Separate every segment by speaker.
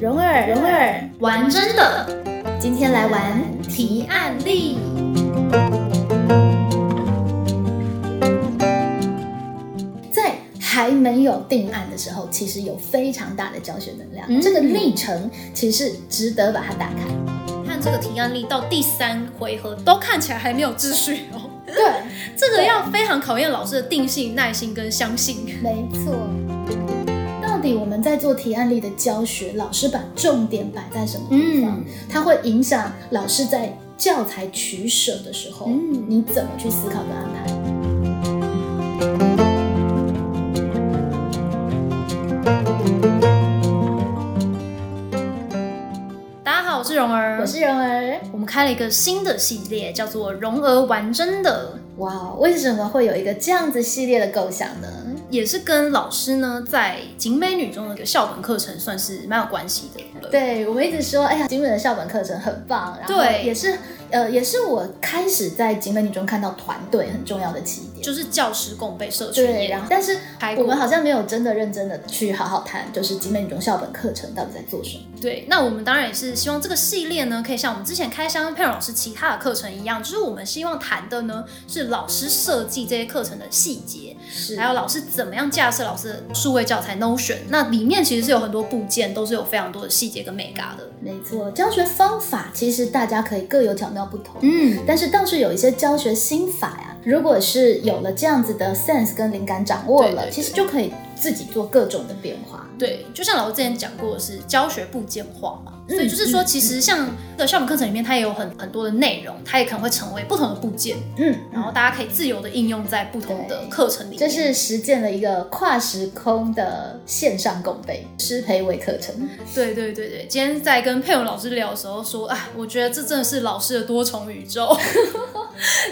Speaker 1: 蓉儿，蓉儿，
Speaker 2: 玩真的，
Speaker 1: 今天来玩
Speaker 2: 提案例。
Speaker 1: 在还没有定案的时候，其实有非常大的教学能量。
Speaker 2: 嗯
Speaker 1: 这个历程其实是值得把它打开。
Speaker 2: 看这个提案例到第三回合都看起来还没有秩序哦，
Speaker 1: 对，
Speaker 2: 这个要非常考验老师的定性、耐心跟相信。
Speaker 1: 没错。到底我们在做提案例的教学，老师把重点摆在什么地方？
Speaker 2: 嗯
Speaker 1: 它会影响老师在教材取舍的时候，
Speaker 2: 嗯
Speaker 1: 你怎么去思考跟安排？
Speaker 2: 大家好，我是蓉儿，
Speaker 1: 我是蓉儿。
Speaker 2: 我们开了一个新的系列，叫做“蓉儿玩真的
Speaker 1: 哇，哦为什么会有一个这样子系列的构想呢？”，
Speaker 2: 也是跟老师呢在景美女中的一个校本课程算是蛮有关系的。，
Speaker 1: 对我们一直说，哎呀，景美的校本课程很棒，然后
Speaker 2: 对
Speaker 1: 也是呃，也是我开始在景美女中看到团队很重要的起点。
Speaker 2: 就是教师共备社群
Speaker 1: 对，
Speaker 2: 也
Speaker 1: 然后但是
Speaker 2: 开
Speaker 1: 我
Speaker 2: 过
Speaker 1: 们好像没有真的认真的去好好谈，就是景美女中校本课程到底在做什么。
Speaker 2: 对，那我们当然也是希望这个系列呢，可以像我们之前开箱佩蓉老师其他的课程一样，就是我们希望谈的呢是老师设计这些课程的细节，
Speaker 1: 是
Speaker 2: 还有老师怎么样架设老师的数位教材 Notion。那里面其实是有很多部件，都是有非常多的细节跟美嘎的。
Speaker 1: 没错，教学方法其实大家可以各有巧妙不同，
Speaker 2: 嗯，
Speaker 1: 但是倒是有一些教学心法呀，如果是有了这样子的 sense 跟灵感掌握了，
Speaker 2: 对对对
Speaker 1: 其实就可以自己做各种的变化。
Speaker 2: 对，就像老师之前讲过的是教学部件化嘛，
Speaker 1: 嗯
Speaker 2: 所以就是说，
Speaker 1: 嗯
Speaker 2: 其实像的校本课程里面，它也有很很多的内容，它也可能会成为不同的部件，
Speaker 1: 嗯，
Speaker 2: 然后大家可以自由的应用在不同的
Speaker 1: 对
Speaker 2: 课程里面。
Speaker 1: 嗯这是实践了一个跨时空的线上共备师培为课程，
Speaker 2: 对对对对，今天在跟佩蓉老师聊的时候说，哎，我觉得这真的是老师的多重宇宙，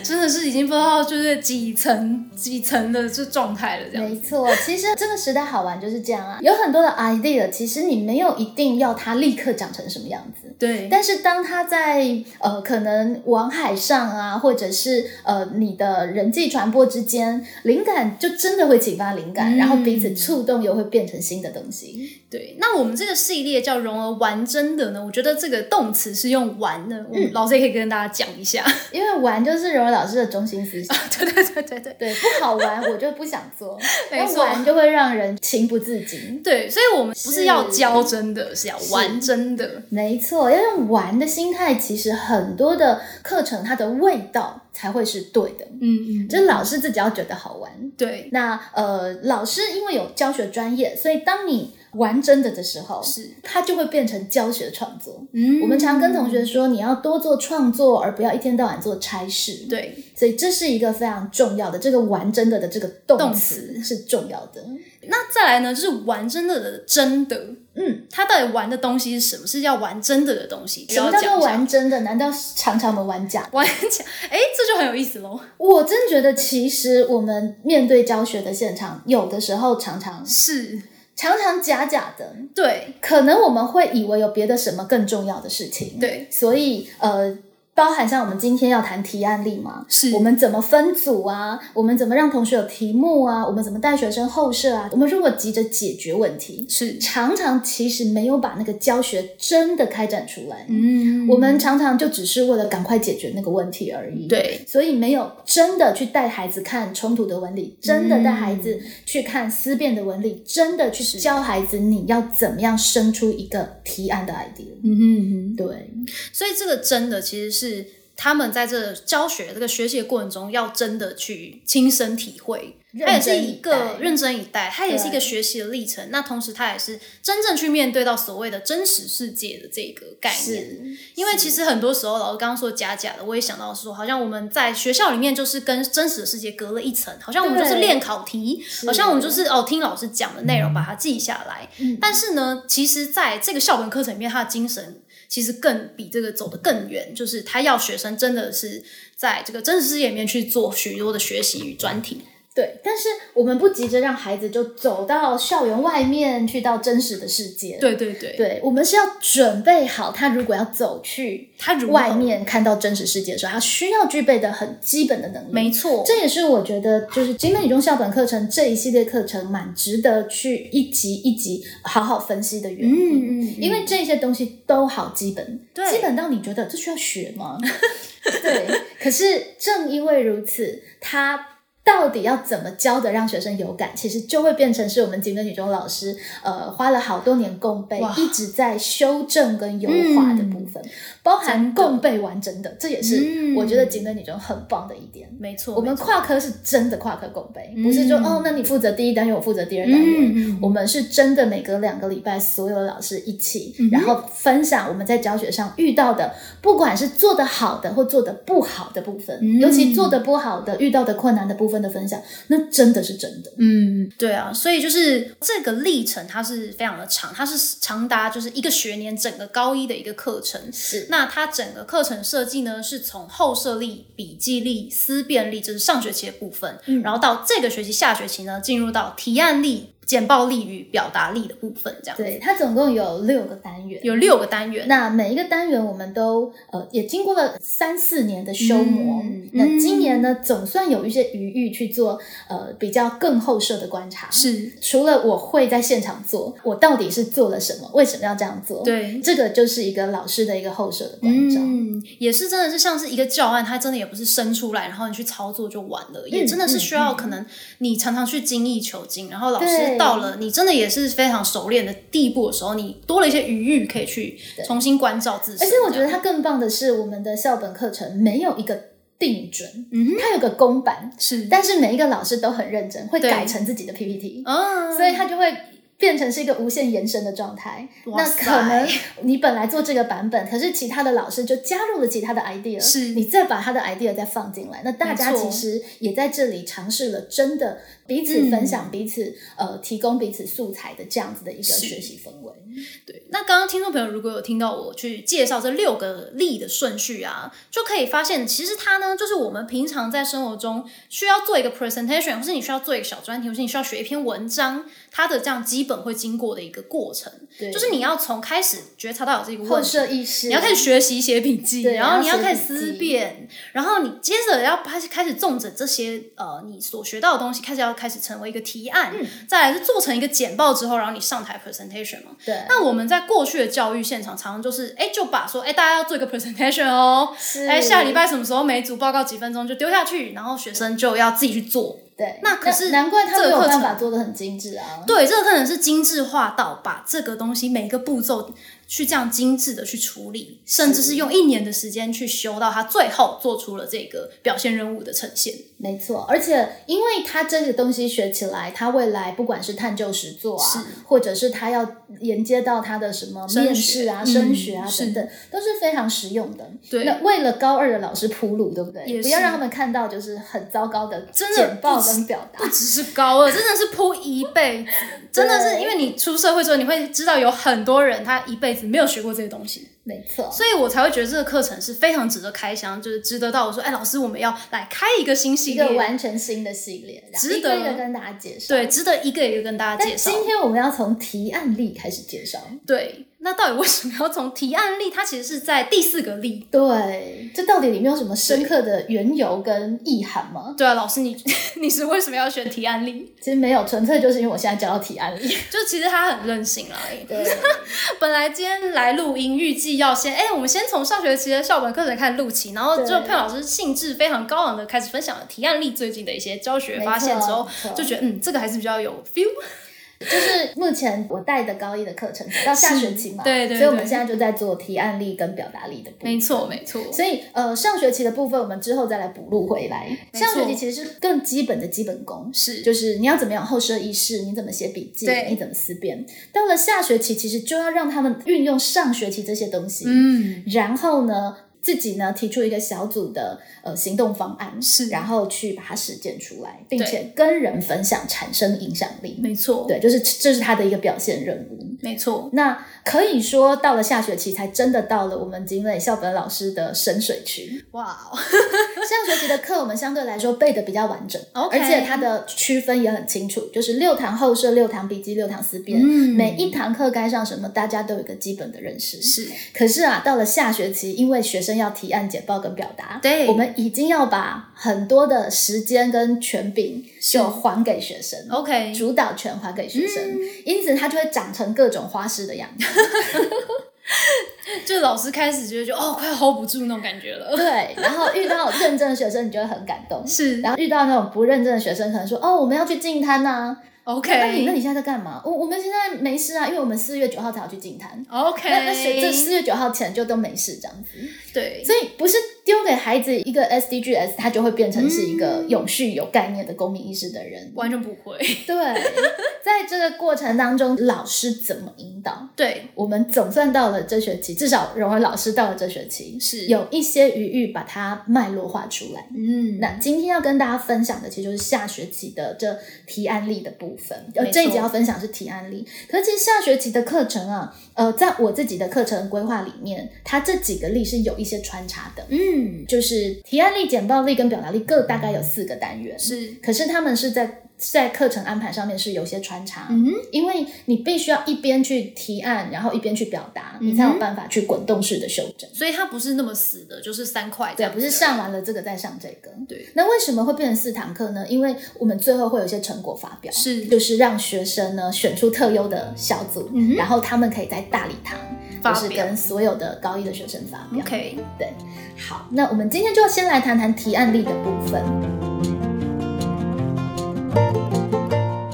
Speaker 2: 真的是已经不知道就是几层几层的这状态了，这样。
Speaker 1: 没错。其实这个时代好玩就是这样啊，有很多的 idea，其实你没有一定要它立刻长成什么样子。
Speaker 2: 对，
Speaker 1: 但是当它在呃可能网海上啊，或者是呃你的人际传播之间，灵感就真的会启发灵感，
Speaker 2: 嗯
Speaker 1: 然后彼此触动，又会变成新的东西。
Speaker 2: 对，那我们这个系列叫“蓉儿玩真的”呢，我觉得这个动词是用“玩”的，我们老师也可以跟大家讲一下。
Speaker 1: 因为玩就是荣儿老师的中心思想，
Speaker 2: 对对对对对，
Speaker 1: 对，不好玩我就不想做，
Speaker 2: 没
Speaker 1: 那
Speaker 2: 错
Speaker 1: 玩就会让人情不自禁。
Speaker 2: 对，所以我们不是要
Speaker 1: 是
Speaker 2: 教真的，是要玩真的。
Speaker 1: 没错，要用玩的心态，其实很多的课程它的味道才会是对的，
Speaker 2: 嗯嗯，
Speaker 1: 就是老师自己要觉得好玩。
Speaker 2: 对，
Speaker 1: 那呃，老师因为有教学专业，所以当你玩真的的时候，
Speaker 2: 是，
Speaker 1: 它就会变成教学创作。
Speaker 2: 嗯
Speaker 1: 我们常跟同学说，你要多做创作，而不要一天到晚做差事。，
Speaker 2: 对。
Speaker 1: 所以这是一个非常重要的，这个玩真的的这个动
Speaker 2: 动
Speaker 1: 词是重要的。
Speaker 2: 那再来呢，就是玩真的的真的，
Speaker 1: 嗯，
Speaker 2: 他到底玩的东西是什么？是要玩真的的东西？
Speaker 1: 什么
Speaker 2: 不要
Speaker 1: 叫
Speaker 2: 讲
Speaker 1: 做
Speaker 2: 一下
Speaker 1: 玩真的？难道是常常我们玩假？
Speaker 2: 玩假？哎，这就很有意思喽。
Speaker 1: 我真觉得，其实我们面对教学的现场，有的时候常常
Speaker 2: 是，
Speaker 1: 常常假假的，
Speaker 2: 对
Speaker 1: 可能我们会以为有别的什么更重要的事情。
Speaker 2: 对
Speaker 1: 所以呃，包含像我们今天要谈提案例嘛，
Speaker 2: 是
Speaker 1: 嗯我们怎么分组啊，我们怎么让同学有题目啊，我们怎么带学生后设啊，我们如果急着解决问题，
Speaker 2: 是，
Speaker 1: 常常其实没有把那个教学真的开展出来，
Speaker 2: 嗯
Speaker 1: 我们常常就只是为了赶快解决那个问题而已。。
Speaker 2: 对
Speaker 1: 所以没有真的去带孩子看冲突的纹理，真的带孩子去看思辨的纹理，真的去教孩子你要怎么样生出一个提案的 idea。
Speaker 2: 嗯嗯嗯，
Speaker 1: 对，
Speaker 2: 所以这个真的其实是他们在这教学这个学习的过程中，要真的去亲身体会。它也
Speaker 1: 认
Speaker 2: 是
Speaker 1: 真
Speaker 2: 一
Speaker 1: 以
Speaker 2: 个
Speaker 1: 待
Speaker 2: 认真以待，它也是一
Speaker 1: 对
Speaker 2: 个学习的历程。那同时，它也是真正去面对到所谓的真实世界的这个概念。
Speaker 1: 是
Speaker 2: 因为其实很多时候，老师刚刚说假假的，我也想到说，好像我们在学校里面就是跟真实的世界隔了一层，好像我们就是
Speaker 1: 对
Speaker 2: 练考题，好像我们就是哦听老师讲的内容把它记下来。
Speaker 1: 嗯
Speaker 2: 但是呢，其实在这个校本课程里面，它的精神其实更比这个走得更远，就是他要学生真的是在这个真实世界里面去做许多的学习与专题。
Speaker 1: 对，但是我们不急着让孩子就走到校园外面去到真实的世界。
Speaker 2: 对对对，
Speaker 1: 对，我们是要准备好，他如果要走去
Speaker 2: 他如何
Speaker 1: 外面看到真实世界的时候，他需要具备的很基本的能力。
Speaker 2: 没错，
Speaker 1: 这也是我觉得就是景美女中校本课程这一系列课程蛮值得去一集一集好好分析的原因。
Speaker 2: 嗯嗯嗯
Speaker 1: 因为这些东西都好基本，
Speaker 2: 对
Speaker 1: 基本到你觉得这需要学吗？ 对，可是正因为如此，它。到底要怎么教的让学生有感，其实就会变成是我们景美女中老师呃花了好多年共备
Speaker 2: 哇，嗯
Speaker 1: 一直在修正跟优化的部分，包含
Speaker 2: 真的
Speaker 1: 共备完整的，这也是
Speaker 2: 嗯
Speaker 1: 我觉得景美女中很棒的一点。
Speaker 2: 没错，
Speaker 1: 我们
Speaker 2: 没错
Speaker 1: 跨科是真的跨科共备，
Speaker 2: 嗯
Speaker 1: 不是说哦，那你负责第一单元，我负责第二单元。
Speaker 2: 嗯嗯，
Speaker 1: 我们是真的每隔两个礼拜，所有的老师一起，
Speaker 2: 嗯哼
Speaker 1: 然后分享我们在教学上遇到的，不管是做得好的或做得不好的部分，
Speaker 2: 嗯
Speaker 1: 尤其做得不好的、遇到的困难的部分的分享，那真的是真的。
Speaker 2: 嗯，对啊，所以就是这个历程它是非常的长，它是长达就是一个学年整个高一的一个课程。
Speaker 1: 是
Speaker 2: 那它整个课程设计呢，是从后设力、笔记力、思辨力，就是上学期的部分，
Speaker 1: 嗯
Speaker 2: 然后到这个学期下学期呢，进入到提案力、简报力与表达力的部分，这样子
Speaker 1: 对，它总共有六个单元。
Speaker 2: 有六个单元。
Speaker 1: 那每一个单元我们都呃也经过了三四年的修磨，
Speaker 2: 嗯
Speaker 1: 那今年呢、总算有一些余裕去做呃比较更后设的观察。
Speaker 2: 是
Speaker 1: 除了我会在现场做，我到底是做了什么？为什么要这样做？，
Speaker 2: 对，
Speaker 1: 这个就是一个老师的一个后设的关照。
Speaker 2: 嗯，也是真的是像是一个教案，它真的也不是生出来，然后你去操作就完了，
Speaker 1: 嗯
Speaker 2: 也真的是需要可能你常常去精益求精，然后老师
Speaker 1: 对
Speaker 2: 到了你真的也是非常熟练的地步的时候，你多了一些余裕可以去重新关照自身。
Speaker 1: 而且我觉得它更棒的是，我们的校本课程没有一个定准，
Speaker 2: 嗯哼
Speaker 1: 它有个公版，
Speaker 2: 是，
Speaker 1: 但是每一个老师都很认真，会
Speaker 2: 对
Speaker 1: 改成自己的 PPT。
Speaker 2: 嗯，
Speaker 1: 所以它就会变成是一个无限延伸的状态。
Speaker 2: 哇
Speaker 1: 那
Speaker 2: 塞
Speaker 1: 可能你本来做这个版本，可是其他的老师就加入了其他的 idea，
Speaker 2: 是
Speaker 1: 你再把他的 idea 再放进来，那大家
Speaker 2: 没错
Speaker 1: 其实也在这里尝试了真的彼
Speaker 2: 嗯
Speaker 1: 此分享、彼此呃提供彼此素材的这样子的一个
Speaker 2: 是
Speaker 1: 学习氛围。
Speaker 2: 对，那刚刚听众朋友如果有听到我去介绍这六个力的顺序啊，就可以发现，其实它呢，就是我们平常在生活中需要做一个 presentation，或是你需要做一个小专题，或是你需要学一篇文章，它的这样基本会经过的一个过程，
Speaker 1: 对，
Speaker 2: 就是你要从开始觉察到有这个
Speaker 1: 后
Speaker 2: 问题。
Speaker 1: 设意识，
Speaker 2: 你要开始学习写笔记，
Speaker 1: 对
Speaker 2: 然后你
Speaker 1: 要
Speaker 2: 要
Speaker 1: 写
Speaker 2: 开始
Speaker 1: 笔
Speaker 2: 思
Speaker 1: 记
Speaker 2: 辨，然后你接着要开始开始重整这些呃你所学到的东西，开始要开始成为一个提案，
Speaker 1: 嗯
Speaker 2: 再来是做成一个简报之后，然后你上台 presentation 嘛，
Speaker 1: 对。
Speaker 2: 那我们在过去的教育现场，常常就是哎，就把说哎，大家要做一个 presentation 哦，
Speaker 1: 是
Speaker 2: 哎，下礼拜什么时候每组报告几分钟就丢下去，然后学生就要自己去做。
Speaker 1: 对，
Speaker 2: 那可是
Speaker 1: 难怪他没
Speaker 2: 这
Speaker 1: 有
Speaker 2: 个课
Speaker 1: 办
Speaker 2: 程
Speaker 1: 法做的很精致啊。
Speaker 2: 对，这个可能是精致化到把这个东西每一个步骤去这样精致的去处理，甚至是用一年的时间去修到它最后做出了这个表现任务的呈现。
Speaker 1: 没错，而且因为他这个东西学起来，他未来不管是探究实作
Speaker 2: 是
Speaker 1: 啊，或者是他要沿接到他的什么
Speaker 2: 升
Speaker 1: 面试啊、
Speaker 2: 学
Speaker 1: 升学啊
Speaker 2: 嗯
Speaker 1: 等等，都是非常实用的。
Speaker 2: 对
Speaker 1: 那为了高二的老师铺路，对不对？
Speaker 2: 也
Speaker 1: 不要
Speaker 2: 是
Speaker 1: 让他们看到就是很糟糕的
Speaker 2: 真的
Speaker 1: 简报
Speaker 2: 不止
Speaker 1: 跟表达
Speaker 2: 不。只是高二，真的是铺一辈子， 真的是因为你出社会之后，你会知道有很多人他一辈子没有学过这些东西。
Speaker 1: 没错，
Speaker 2: 所以我才会觉得这个课程是非常值得开箱，就是值得到我说，哎，老师，我们要来开一个新系
Speaker 1: 一个
Speaker 2: 列，
Speaker 1: 完全新的系列，然后
Speaker 2: 值
Speaker 1: 一个
Speaker 2: 得
Speaker 1: 一个跟大家介绍。
Speaker 2: 对，。值得一个一个跟大家介
Speaker 1: 但
Speaker 2: 绍。
Speaker 1: 今天我们要从提案例开始介绍，
Speaker 2: 对，那到底为什么要从提案例？它其实是在第四个例。
Speaker 1: 对，这到底里面有什么深刻的缘由跟意涵吗？
Speaker 2: 对啊，老师你 你是为什么要选提案例？
Speaker 1: 其实没有，纯粹就是因为我现在教到提案例。
Speaker 2: 就其实他很任性啦。
Speaker 1: 对，
Speaker 2: 本来今天来录音，预计要先哎，我们先从上学期的校本课程开始录起，然后就
Speaker 1: 对
Speaker 2: 佩老师兴致非常高昂的开始分享了提案例最近的一些教学
Speaker 1: 没
Speaker 2: 发现
Speaker 1: 错
Speaker 2: 之后
Speaker 1: 没错，
Speaker 2: 就觉得嗯，这个还是比较有 feel。
Speaker 1: 就是目前我带的高一的课程到下学期嘛，
Speaker 2: 是对对
Speaker 1: 所以我们
Speaker 2: 对
Speaker 1: 现在就在做提案力跟表达力的部分。
Speaker 2: 没错，没错。
Speaker 1: 所以，呃，上学期的部分我们之后再来补录回来。
Speaker 2: 没错
Speaker 1: 上学期其实是更基本的基本功，
Speaker 2: 是
Speaker 1: 就是你要怎么样后设意识，你怎么写笔记，
Speaker 2: 对
Speaker 1: 你怎么思辨。到了下学期，其实就要让他们运用上学期这些东西，
Speaker 2: 嗯，
Speaker 1: 然后呢，自己呢提出一个小组的呃行动方案，
Speaker 2: 是
Speaker 1: 然后去把它实践出来，并
Speaker 2: 对
Speaker 1: 且跟人分享，产生影响力。
Speaker 2: 没错，
Speaker 1: 对，就是这是他的一个表现任务。
Speaker 2: 没错，
Speaker 1: 那可以说到了下学期才真的到了我们景美校本老师的深 水区。
Speaker 2: 哇哦，
Speaker 1: 上学期的课我们相对来说背的比较完整
Speaker 2: OK
Speaker 1: 而且它的区分也很清楚，就是六堂后设、六堂笔记、六堂思辨，
Speaker 2: 嗯
Speaker 1: 每一堂课该上什么，大家都有一个基本的认识。
Speaker 2: 是
Speaker 1: 可是啊，到了下学期，因为学生要提案、简报跟表达，
Speaker 2: 对
Speaker 1: 我们已经要把很多的时间跟权柄
Speaker 2: 是
Speaker 1: 就还给学生。
Speaker 2: OK，
Speaker 1: 主导权还给学生，
Speaker 2: 嗯
Speaker 1: 因此他就会长成各种花式的样子。
Speaker 2: 就是老师开始觉得就哦，快 hold 不住那种感觉了。
Speaker 1: 对，然后遇到认真的学生，你就会很感 动。
Speaker 2: 是
Speaker 1: 然后遇到那种不认真的学生，可能说：“哦，我们要去净滩呐、那你那
Speaker 2: OK
Speaker 1: 你现在在干嘛？我我们现在没事啊，因为我们四月九号才要去净滩。
Speaker 2: OK，
Speaker 1: 那那谁这四月九号前就都没事这样子。
Speaker 2: 对
Speaker 1: 所以不是丢给孩子一个 SDGs，他就会变成是一个永续有概念的公民意识的人。
Speaker 2: 完全不会。
Speaker 1: 对，在这个过程当中，老师怎么引导？
Speaker 2: 对，
Speaker 1: 我们总算到了这学期，至少荣儿老师到了这学期，
Speaker 2: 是
Speaker 1: 有一些余裕把它脉络化出来。
Speaker 2: 嗯
Speaker 1: 那今天要跟大家分享的，其实就是下学期的这提案例的部分。呃
Speaker 2: 没，错
Speaker 1: 这一节要分享是提案例，可是其实下学期的课程啊，呃，在我自己的课程规划里面，它这几个例是有一些穿插的。
Speaker 2: 嗯
Speaker 1: 就是提案力、简报力跟表达力各大概有四个单元，
Speaker 2: 是
Speaker 1: 可是他们是在在课程安排上面是有些穿插，
Speaker 2: 嗯
Speaker 1: 因为你必须要一边去提案，然后一边去表达，
Speaker 2: 嗯
Speaker 1: 你才有办法去滚动式的修正，
Speaker 2: 所以它不是那么死的，就是三块这
Speaker 1: 对，啊
Speaker 2: 样子啊
Speaker 1: 不是上完了这个再上这个。
Speaker 2: 对
Speaker 1: 那为什么会变成四堂课呢？因为我们最后会有一些成果发表，
Speaker 2: 是
Speaker 1: 就是让学生呢选出特优的小组，
Speaker 2: 嗯哼
Speaker 1: 然后他们可以在大礼堂，
Speaker 2: 发
Speaker 1: 就是
Speaker 2: 表
Speaker 1: 跟所有的高一的学生发表。
Speaker 2: OK
Speaker 1: 对，好，那我们今天就先来谈谈提案力的部分。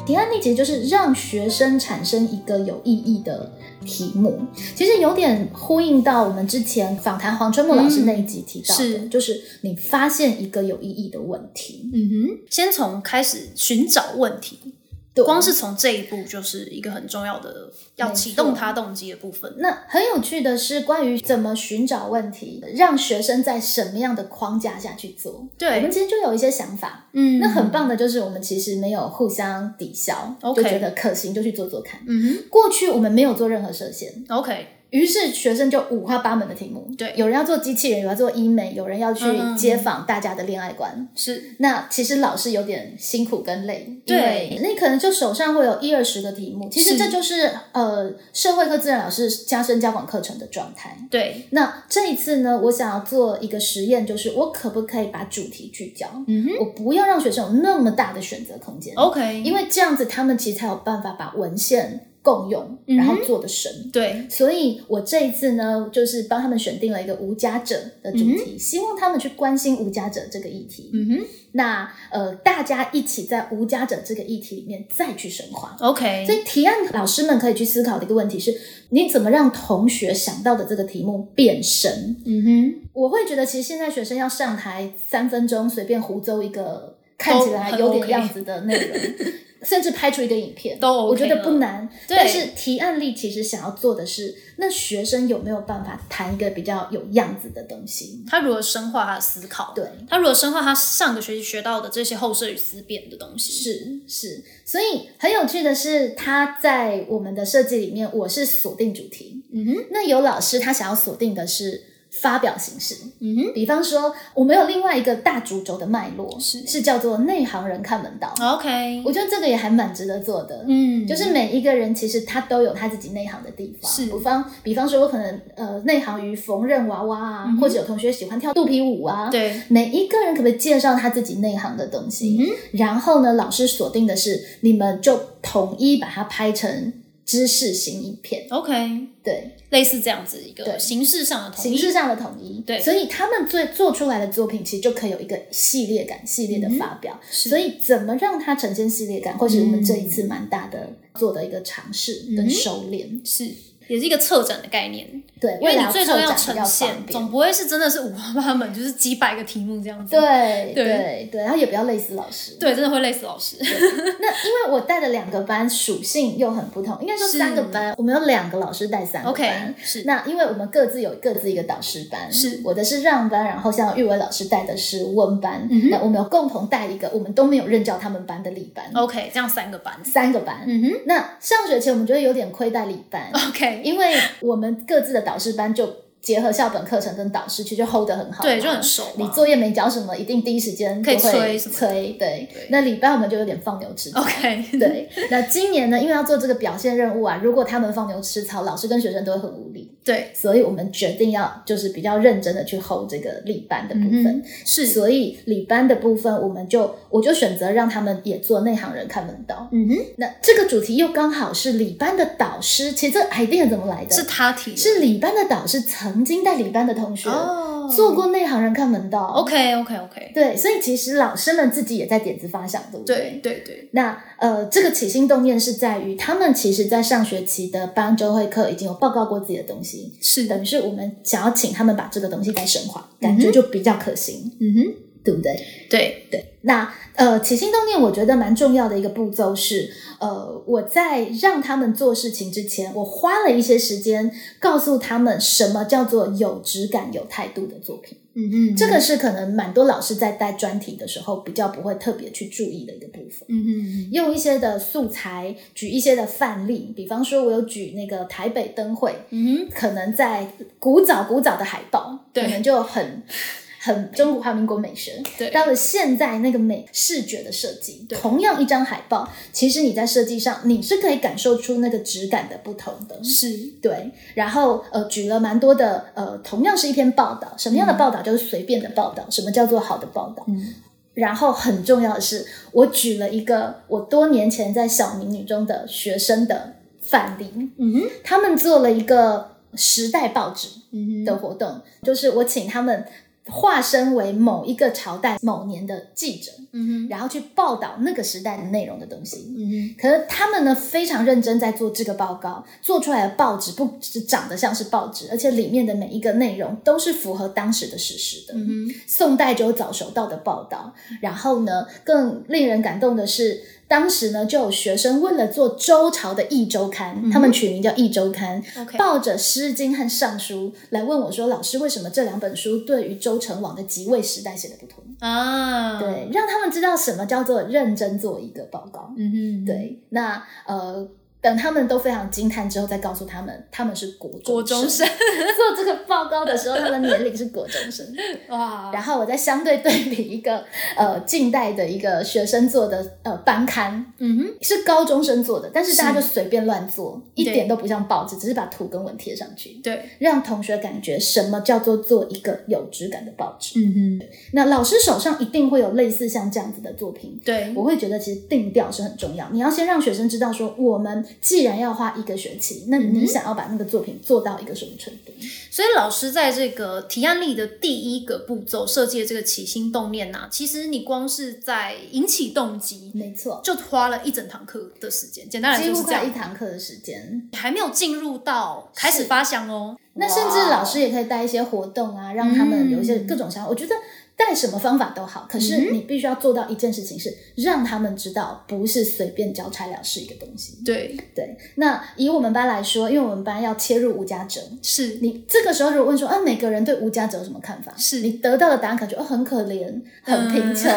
Speaker 1: 提案力其实就是让学生产生一个有意义的题目，其实有点呼应到我们之前访谈黄春木老师那一集提到
Speaker 2: 嗯
Speaker 1: 的，
Speaker 2: 是
Speaker 1: 就是你发现一个有意义的问题，
Speaker 2: 嗯哼，先从开始寻找问题，
Speaker 1: 对
Speaker 2: 光是从这一步就是一个很重要的要启动它动机的部分。
Speaker 1: 那很有趣的是，关于怎么寻找问题，让学生在什么样的框架下去做，我们
Speaker 2: 对，
Speaker 1: 其实就有一些想法。
Speaker 2: 嗯
Speaker 1: 那很，棒的就是我们其实没有互相抵消
Speaker 2: OK
Speaker 1: 就觉得可行就去做做看。
Speaker 2: 嗯
Speaker 1: 过去我们没有做任何设限，
Speaker 2: 哼，OK，
Speaker 1: 于是学生就五花八门的题目，
Speaker 2: 对
Speaker 1: 有人要做机器人，有人要做医美，有人要去
Speaker 2: 嗯嗯嗯
Speaker 1: 街访大家的恋爱观。
Speaker 2: 是
Speaker 1: 那其实老师有点辛苦跟累，因
Speaker 2: 对
Speaker 1: 为你可能就手上会有一二十个题目，其实
Speaker 2: 是
Speaker 1: 这就是呃社会科自然老师加深加广课程的状态。
Speaker 2: 对，
Speaker 1: 那这一次呢，我想要做一个实验，就是我可不可以把主题聚焦？
Speaker 2: 嗯哼哦
Speaker 1: 我不要让学生有那么大的选择空间，
Speaker 2: ，OK，
Speaker 1: 因为这样子他们其实才有办法把文献共用，
Speaker 2: 嗯哼
Speaker 1: 然后做的深。
Speaker 2: 对，
Speaker 1: 所以我这一次呢，就是帮他们选定了一个无家者的主题，希望他们去关心无家者这个议题。
Speaker 2: 嗯哼
Speaker 1: 那呃，大家一起在无家者这个议题里面再去深化。
Speaker 2: ，OK，
Speaker 1: 所以提案老师们可以去思考的一个问题是：你怎么让同学想到的这个题目变深？
Speaker 2: 嗯
Speaker 1: 我会觉得，其实现在学生要上台三分钟随便胡诌一个看
Speaker 2: 都
Speaker 1: 起来
Speaker 2: 很
Speaker 1: 有点
Speaker 2: OK
Speaker 1: 样子的 内容，甚至拍出一个影片，
Speaker 2: 都 OK
Speaker 1: 我觉得不
Speaker 2: 了
Speaker 1: 难。
Speaker 2: 对
Speaker 1: 但是提案力其实想要做的是，那学生有没有办法谈一个比较有样子的东西
Speaker 2: 哼，？他如何深化他的思考？
Speaker 1: 对，
Speaker 2: 他如何深化他上个学期学到的这些后设与思辨的东西？
Speaker 1: 是是，所以很有趣的是，他在我们的设计里面，我是锁定主题。
Speaker 2: 嗯哼，
Speaker 1: 那有老师他想要锁定的是发表形式，
Speaker 2: 嗯哼
Speaker 1: 比方说，我们有另外一个大主轴的脉络，
Speaker 2: 是
Speaker 1: 是叫做内行人看门道。
Speaker 2: ，OK，
Speaker 1: 我觉得这个也还蛮值得做的。
Speaker 2: 嗯，
Speaker 1: 就是每一个人其实他都有他自己内行的地方，
Speaker 2: 是
Speaker 1: 比方比方说，我可能呃内行于缝纫娃娃啊，
Speaker 2: 嗯哼
Speaker 1: 或者有同学喜欢跳肚皮舞啊。，
Speaker 2: 对，
Speaker 1: 每一个人可不可以介绍他自己内行的东西？
Speaker 2: 嗯
Speaker 1: 然后呢，老师锁定的是你们就统一把它拍成知识型影片，
Speaker 2: OK，
Speaker 1: 对，
Speaker 2: 类似这样子一
Speaker 1: 对
Speaker 2: 个形式上的统
Speaker 1: 形
Speaker 2: 一。
Speaker 1: 式上的统一，
Speaker 2: 对
Speaker 1: 所以他们最做出来的作品其实就可以有一个系列感、系列的发表。
Speaker 2: 嗯是
Speaker 1: 所以怎么让它呈现系列感，或是我们这一次蛮大的做的一个尝试
Speaker 2: 嗯
Speaker 1: 跟收敛。
Speaker 2: 是，也是一个策展的概念，
Speaker 1: 对，
Speaker 2: 因
Speaker 1: 未
Speaker 2: 为
Speaker 1: 来
Speaker 2: 你最终
Speaker 1: 要策展比
Speaker 2: 呈
Speaker 1: 较
Speaker 2: 现
Speaker 1: 方，
Speaker 2: 总
Speaker 1: 便。
Speaker 2: 不会是真的是五花八门，就是几百个题目这样子。
Speaker 1: 对
Speaker 2: 对
Speaker 1: 对对，然后也不要累死老师。
Speaker 2: 对，真的会累死老师。
Speaker 1: 那因为我带的两个班属性又很不同，应该说
Speaker 2: 是
Speaker 1: 三个班，我们有两个老师带三个班。
Speaker 2: OK，是
Speaker 1: 那因为我们各自有各自一个导师班，
Speaker 2: 是
Speaker 1: 我的是让班，然后像玉伟老师带的是温班，
Speaker 2: 嗯哼
Speaker 1: 那我们有共同带一个我们都没有任教他们班的理班，
Speaker 2: OK，这样三个班。
Speaker 1: 三个班。
Speaker 2: 哦嗯哼哦
Speaker 1: 那上学期我们觉得有点亏待理班。
Speaker 2: 对
Speaker 1: 因为我们各自的导师班就结合校本课程跟导师去，就 hold 得很好嘛，
Speaker 2: 对，就很熟
Speaker 1: 你
Speaker 2: 嘛。
Speaker 1: 作业没交什么，一定第一时间
Speaker 2: 可以
Speaker 1: 就会
Speaker 2: 催什么的
Speaker 1: 催。对
Speaker 2: 对，
Speaker 1: 那礼拜我们就有点放牛吃草。
Speaker 2: OK，
Speaker 1: 对，那今年呢，因为要做这个表现任务啊，如果他们放牛吃草，老师跟学生都会很无力，
Speaker 2: 对，
Speaker 1: 所以我们决定要就是比较认真的去 hold 这个理班的部分。
Speaker 2: 嗯是，
Speaker 1: 所以理班的部分，我们就我就选择让他们也做内行人看门道。
Speaker 2: 嗯哼，
Speaker 1: 那这个主题又刚好是理班的导师，其实这 idea 怎么来的？
Speaker 2: 是他提的
Speaker 1: 是理班的导师曾经带理班的同学、
Speaker 2: 哦，
Speaker 1: 做过内行人看门道。
Speaker 2: OK OK OK，
Speaker 1: 对，所以其实老师们自己也在点子发想，对不
Speaker 2: 对对对，
Speaker 1: 那呃，这个起心动念是在于他们其实，在上学期的班周会课已经有报告过自己的东西，
Speaker 2: 是的，
Speaker 1: 等于是我们想要请他们把这个东西再深化，感觉就比较可行，
Speaker 2: 嗯哼，
Speaker 1: 对不对？
Speaker 2: 对，
Speaker 1: 那呃，起心动念，我觉得蛮重要的一个步骤是，呃，我在让他们做事情之前，我花了一些时间告诉他们什么叫做有质感、有态度的作品。
Speaker 2: 嗯嗯，
Speaker 1: 这个是可能蛮多老师在带专题的时候比较不会特别去注意的一个部分。
Speaker 2: 嗯嗯
Speaker 1: 用一些的素材，举一些的范例，比方说，我有举那个台北灯会，
Speaker 2: 嗯
Speaker 1: 可能在古早古早的海报，
Speaker 2: 对
Speaker 1: 可能就很 很中古还有民国美学，
Speaker 2: 嗯哼，对，
Speaker 1: 到了现在那个美视觉的设计，
Speaker 2: 对
Speaker 1: 同样一张海报，其实你在设计上你是可以感受出那个质感的不同的。
Speaker 2: 是，
Speaker 1: 对，然后呃，举了蛮多的呃，同样是一篇报道，什么样的报道就是随便的报道，什么叫做好的报道？
Speaker 2: 嗯
Speaker 1: 然后很重要的是，我举了一个我多年前在小民女中的学生的范例，
Speaker 2: 嗯哼
Speaker 1: 他们做了一个时代报纸
Speaker 2: 嗯哼
Speaker 1: 的活动，就是我请他们化身为某一个朝代某年的记者，
Speaker 2: 嗯哼
Speaker 1: 然后去报道那个时代的内容的东西。
Speaker 2: 嗯哼，
Speaker 1: 可是他们呢非常认真在做这个报告，做出来的报纸不只长得像是报纸，而且里面的每一个内容都是符合当时的史实的。
Speaker 2: 嗯
Speaker 1: 宋代就有早熟到的报道。然后呢，更令人感动的是，当时呢就有学生为了做周朝的《易周刊》他们取名叫《易周刊》
Speaker 2: 哼，OK，
Speaker 1: 抱着《诗经》和《尚书》来问我说：“老师，为什么这两本书对于周成王的即位时代写的不同？”
Speaker 2: 啊，
Speaker 1: 对，让他们知道什么叫做认真做一个报告。
Speaker 2: 嗯哼，
Speaker 1: 对，那呃。等他们都非常惊叹之后，再告诉他们他们是国中
Speaker 2: 国中生
Speaker 1: 做这个报告的时候，他们年龄是国中生。
Speaker 2: 哇，
Speaker 1: 然后我再相对对比一个呃近代的一个学生做的呃班刊，
Speaker 2: 嗯哼，
Speaker 1: 是高中生做的，但是大家
Speaker 2: 是
Speaker 1: 就随便乱做，一点都不像报纸，只是把图跟文贴上去，
Speaker 2: 对，
Speaker 1: 让同学感觉什么叫做做一个有质感的报纸。
Speaker 2: 嗯哼，
Speaker 1: 那老师手上一定会有类似像这样子的作品。
Speaker 2: 对，
Speaker 1: 我会觉得其实定调是很重要，你要先让学生知道说，我们既然要花一个学期，那
Speaker 2: 嗯
Speaker 1: 你
Speaker 2: 哼
Speaker 1: 想要把那个作品做到一个什么程度？
Speaker 2: 所以老师在这个提案力的第一个步骤设计的这个起心动念呐、其实你光是在引起动机，
Speaker 1: 没错，
Speaker 2: 就花了一整堂课的时间。简单来
Speaker 1: 几
Speaker 2: 说
Speaker 1: 乎
Speaker 2: 是这
Speaker 1: 快一
Speaker 2: 样，
Speaker 1: 堂课的时间，
Speaker 2: 还没有进入到开始发想哦。
Speaker 1: 那甚至老师也可以带一些活动啊，让他们有一些各种想法。我觉得带什么方法都好，可是你必须要做到一件事情是让他们知道，不是随便交差了事一个东西。
Speaker 2: 对，
Speaker 1: 对，那以我们班来说，因为我们班要切入无家者。
Speaker 2: 是
Speaker 1: 你这个时候如果问说啊，每个人对无家者有什么看法？
Speaker 2: 是
Speaker 1: 你得到的答案可能就哦很可怜、很贫穷、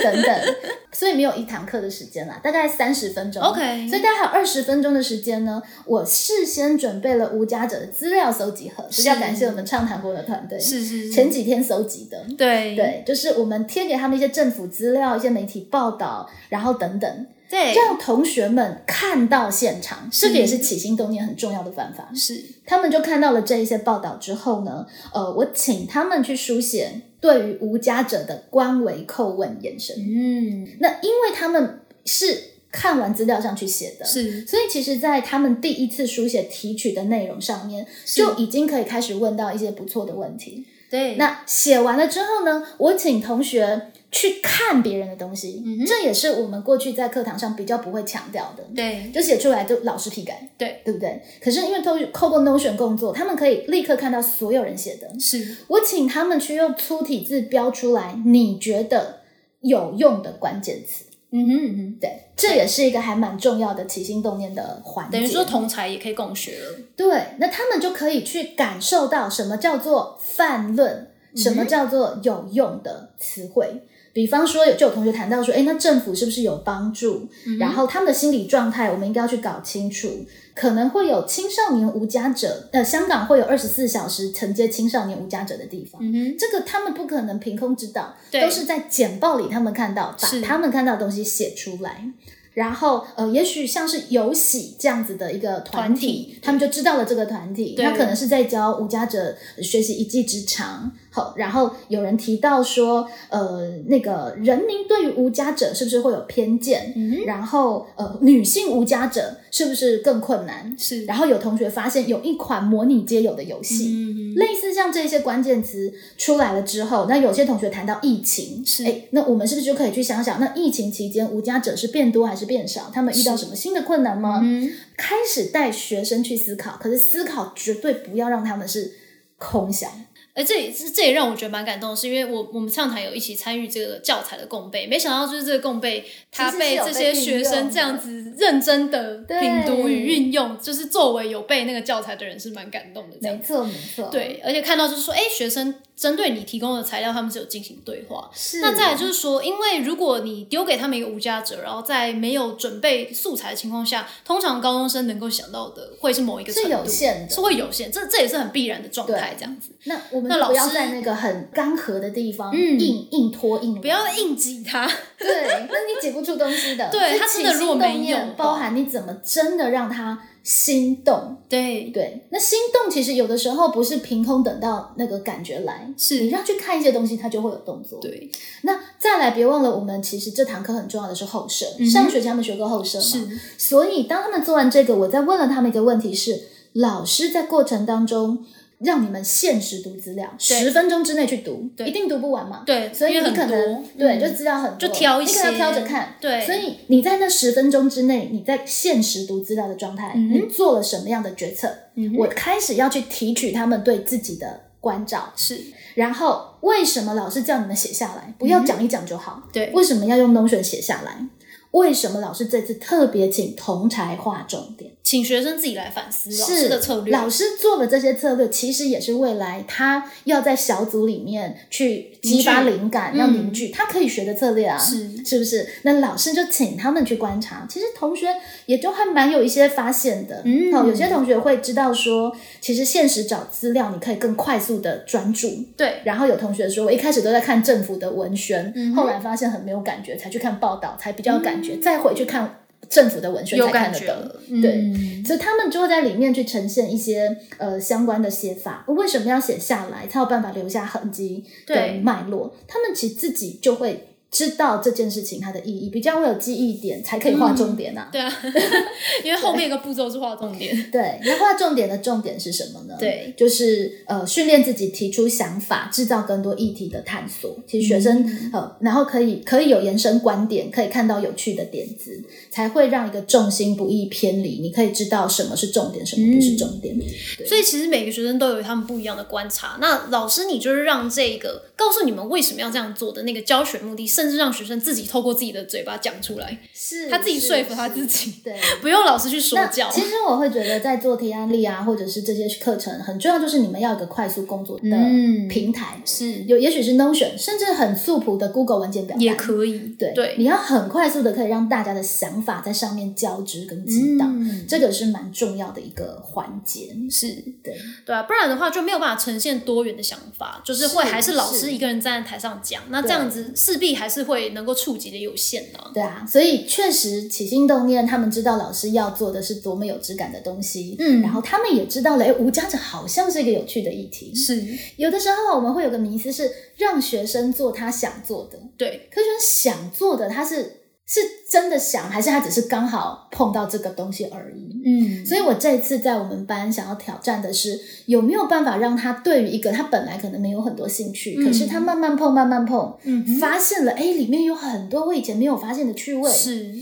Speaker 1: 等等，所以没有一堂课的时间啦，大概三十分钟。
Speaker 2: OK，
Speaker 1: 所以大概还有二十分钟的时间呢，我事先准备了吴家者的资料搜集盒，
Speaker 2: 是
Speaker 1: 这要感谢我们畅谈国的团队，
Speaker 2: 是嗯是是，
Speaker 1: 前几天搜集的。
Speaker 2: 对
Speaker 1: 对，就是我们贴给他们一些政府资料、一些媒体报道，然后等等，
Speaker 2: 对嗯
Speaker 1: 让同学们看到现场，这个也是起心动念很重要的办法。
Speaker 2: 是
Speaker 1: 他们就看到了这一些报道之后呢，呃，我请他们去书写对于吴家者的官维叩问眼神。
Speaker 2: 嗯
Speaker 1: 那因为他们是看完资料上去写的，
Speaker 2: 是
Speaker 1: 所以其实，在他们第一次书写提取的内容上面，就已经可以开始问到一些不错的问题。
Speaker 2: 对
Speaker 1: 那写完了之后呢，我请同学去看别人的东西，
Speaker 2: 嗯
Speaker 1: 这也是我们过去在课堂上比较不会强调的。
Speaker 2: 对
Speaker 1: 就写出来就老师批改，
Speaker 2: 对
Speaker 1: 对不对？可是因为都透过 Notion 工作，他们可以立刻看到所有人写的。
Speaker 2: 是
Speaker 1: 我请他们去用粗体字标出来你觉得有用的关键词，
Speaker 2: 嗯哼嗯哼，
Speaker 1: 对，这也是一个还蛮重要的起心动念的环节。
Speaker 2: 等于说同才也可以共学了。
Speaker 1: 对，那他们就可以去感
Speaker 2: 嗯
Speaker 1: 受到什么叫做泛论，什么叫做有用的词汇。比方说有就有同学谈到说，哎，那政府是不是有帮助？
Speaker 2: 嗯
Speaker 1: 然后他们的心理状态，我们应该要去搞清楚。可能会有青少年无家者，呃，香港会有二十四小时承接青少年无家者的地方。
Speaker 2: 嗯哼，
Speaker 1: 这个他们不可能凭空知道，
Speaker 2: 对
Speaker 1: 都是在简报里他们看到，把
Speaker 2: 是
Speaker 1: 他们看到的东西写出来。然后，呃，也许像是有喜这样子的一个团
Speaker 2: 团体
Speaker 1: 他们就知道了这个团体，
Speaker 2: 对
Speaker 1: 那可能是在教无家者学习一技之长。好，然后有人提到说，呃，那个人民对于无家者是不是会有偏见？
Speaker 2: 嗯
Speaker 1: 然后，呃，女性无家者是不是更困难？
Speaker 2: 是，
Speaker 1: 然后有同学发现有一款模拟街友的游戏，
Speaker 2: 嗯
Speaker 1: 类似像这些关键词出来了之后，那有些同学谈到疫情，
Speaker 2: 是
Speaker 1: 哎，那我们是不是就可以去想想，那疫情期间无家者是变多还是变少？他们遇到什么新的困难吗？
Speaker 2: 嗯，
Speaker 1: 开始带学生去思考，可是思考绝对不要让他们是空想。
Speaker 2: 而哎这也是这也让我觉得蛮感动的是，因为我我们畅谈有一起参与这个教材的共备，没想到就是这个共备，它
Speaker 1: 其实是
Speaker 2: 被
Speaker 1: 有
Speaker 2: 这些
Speaker 1: 被运
Speaker 2: 学
Speaker 1: 用
Speaker 2: 生
Speaker 1: 的
Speaker 2: 这样子认真的
Speaker 1: 对
Speaker 2: 品读与运用，就是作为有背那个教材的人是蛮感动的这样
Speaker 1: 没。错，没错，，
Speaker 2: 对，而且看到就是说，哎，学生针对你提供的材料，他们是有进行对话。
Speaker 1: 是。
Speaker 2: 那再来就是说，因为如果你丢给他们一个无家者，然后在没有准备素材的情况下，通常高中生能够想到的会是某一个程
Speaker 1: 是
Speaker 2: 度，
Speaker 1: 有限的
Speaker 2: 是会有限，这这也是很必然的状态，这样子，
Speaker 1: 那我们
Speaker 2: 那
Speaker 1: 就
Speaker 2: 老
Speaker 1: 不
Speaker 2: 师
Speaker 1: 要在那个很干涸的地方
Speaker 2: 嗯
Speaker 1: 硬硬拖硬拉，
Speaker 2: 不要硬挤它。
Speaker 1: 对，那你解不出东西的。
Speaker 2: 对
Speaker 1: 是
Speaker 2: 他真的
Speaker 1: 起
Speaker 2: 如果
Speaker 1: 心动
Speaker 2: 没
Speaker 1: 念
Speaker 2: 有的
Speaker 1: 包
Speaker 2: 话
Speaker 1: 含你怎么真的让他心动，
Speaker 2: 对，
Speaker 1: 对，那心动其实有的时候不是凭空等到那个感觉来，
Speaker 2: 是
Speaker 1: 你让去看一些东西，它就会有动作。，
Speaker 2: 对，
Speaker 1: 那再来，别忘了我们其实这堂课很重要的是后设，
Speaker 2: 嗯哼
Speaker 1: 上学期他们学过后设嘛，
Speaker 2: 是，
Speaker 1: 所以当他们做完这个，我再问了他们一个问题是：老师在过程当中让你们限时读资料，
Speaker 2: 对
Speaker 1: 十分钟之内去读，
Speaker 2: 对
Speaker 1: 一定读不完嘛？
Speaker 2: 对，
Speaker 1: 所以
Speaker 2: 因为
Speaker 1: 你
Speaker 2: 很
Speaker 1: 可能
Speaker 2: 多
Speaker 1: 对，
Speaker 2: 嗯
Speaker 1: 就资料很多，
Speaker 2: 就挑一
Speaker 1: 你可能
Speaker 2: 些
Speaker 1: 挑着看。
Speaker 2: 对
Speaker 1: 所以你在那十分钟之内，你在限时读资料的状态，
Speaker 2: 嗯哼
Speaker 1: 你做了什么样的决策？
Speaker 2: 嗯哼
Speaker 1: 我开始要去提取他们对自己的关照，
Speaker 2: 是
Speaker 1: 然后为什么老师叫你们写下来，不要讲一讲就好？
Speaker 2: 嗯对
Speaker 1: 为什么要用 Notion 写下来？为什么老师这次特别请同才画重点？
Speaker 2: 请学生自己来反思老师的策略，
Speaker 1: 老师做的这些策略，其实也是未来他要在小组里面去激发
Speaker 2: 凝聚
Speaker 1: 灵感，要
Speaker 2: 嗯
Speaker 1: 凝聚、他可以学的策略啊，
Speaker 2: 是
Speaker 1: 是不是？那老师就请他们去观察，其实同学也都还蛮有一些发现的。
Speaker 2: 嗯
Speaker 1: 哦，有些同学会知道说，其实现实找资料，你可以更快速的专注。
Speaker 2: 对，
Speaker 1: 然后有同学说，我一开始都在看政府的文宣，
Speaker 2: 嗯哼嗯
Speaker 1: 后来发现很没有感觉，才去看报道，才比较有感觉，再回去看政府的文宣
Speaker 2: 有
Speaker 1: 才看
Speaker 2: 感
Speaker 1: 得
Speaker 2: 觉
Speaker 1: 懂。
Speaker 2: 了，
Speaker 1: 对
Speaker 2: 嗯
Speaker 1: 所以他们就会在里面去呈现一些呃相关的写法，为什么要写下来，才有办法留下痕迹
Speaker 2: 对
Speaker 1: 跟脉络。他们其实自己就会知道这件事情它的意义，比较会有记忆点，才可以画重点啊。
Speaker 2: 对啊， 因为后面一个步骤是划重点，
Speaker 1: 对，那画重点的重点是什么呢？
Speaker 2: 对，
Speaker 1: 就是呃，训练自己提出想法，制造更多议题的探索。其实学生、
Speaker 2: 嗯
Speaker 1: 呃，然后可以可以有延伸观点，可以看到有趣的点子，才会让一个重心不易偏离。你可以知道什么是重点，什么不是重点。对
Speaker 2: 嗯所以其实每个学生都有他们不一样的观察。那老师，你就是让这个告诉你们为什么要这样做的那个教学目的，甚至让学生自己透过自己的嘴巴讲出来，
Speaker 1: 是
Speaker 2: 他自己说服他自。己，
Speaker 1: 对，
Speaker 2: 不用老师去说
Speaker 1: 那
Speaker 2: 教。
Speaker 1: 其实我会觉得，在做提案力啊，或者是这些课程，很重要就是你们要有个快速工作的
Speaker 2: 嗯
Speaker 1: 平台，
Speaker 2: 是
Speaker 1: 有也许是 Notion，甚至很素朴的 Google 文件表
Speaker 2: 也
Speaker 1: 单。
Speaker 2: 可以，
Speaker 1: 对
Speaker 2: 对，
Speaker 1: 你要很快速的可以让大家的想法在上面交织跟激荡，
Speaker 2: 嗯
Speaker 1: 这个是蛮重要的一个环节。
Speaker 2: 是
Speaker 1: 对，
Speaker 2: 对啊，不然的话就没有办法呈现多元的想法，就是会
Speaker 1: 是
Speaker 2: 还是老师
Speaker 1: 是
Speaker 2: 一个人站在台上讲，那这
Speaker 1: 对
Speaker 2: 样子势必还是会能够触及的有限呢、
Speaker 1: 对啊，所以确实起心动念，他们知道老师要做的是多么有质感的东西，
Speaker 2: 嗯
Speaker 1: 然后他们也知道了，哎，无家者好像是一个有趣的议题。
Speaker 2: 是，
Speaker 1: 有的时候我们会有个迷思是让学生做他想做的，
Speaker 2: 对，
Speaker 1: 可是学生想做的他是是真的想，还是他只是刚好碰到这个东西而已？
Speaker 2: 嗯，
Speaker 1: 所以我这一次在我们班想要挑战的是，有没有办法让他对于一个他本来可能没有很多兴趣，
Speaker 2: 嗯
Speaker 1: 可是他慢慢碰、慢慢碰，
Speaker 2: 嗯哼
Speaker 1: 发现了哎，诶里面有很多我以前没有发现的趣味。
Speaker 2: 是，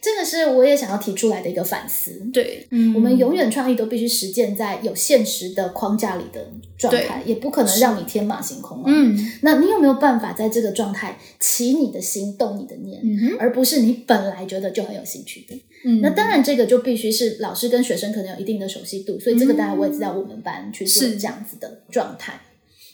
Speaker 1: 这个是我也想要提出来的一个反思。
Speaker 2: 对，嗯
Speaker 1: 我们永远创意都必须实践在有现实的框架里的状态，也不可能让你天马行空嘛。
Speaker 2: 嗯
Speaker 1: 那你有没有办法在这个状态起你的心、动你的念，
Speaker 2: 嗯哼
Speaker 1: 而不是你本来觉得就很有兴趣的？
Speaker 2: 嗯
Speaker 1: 那当然，这个就必须是老师跟学生可能有一定的熟悉度，所以这个当然我也知道我们班去做
Speaker 2: 是
Speaker 1: 这样子的状态。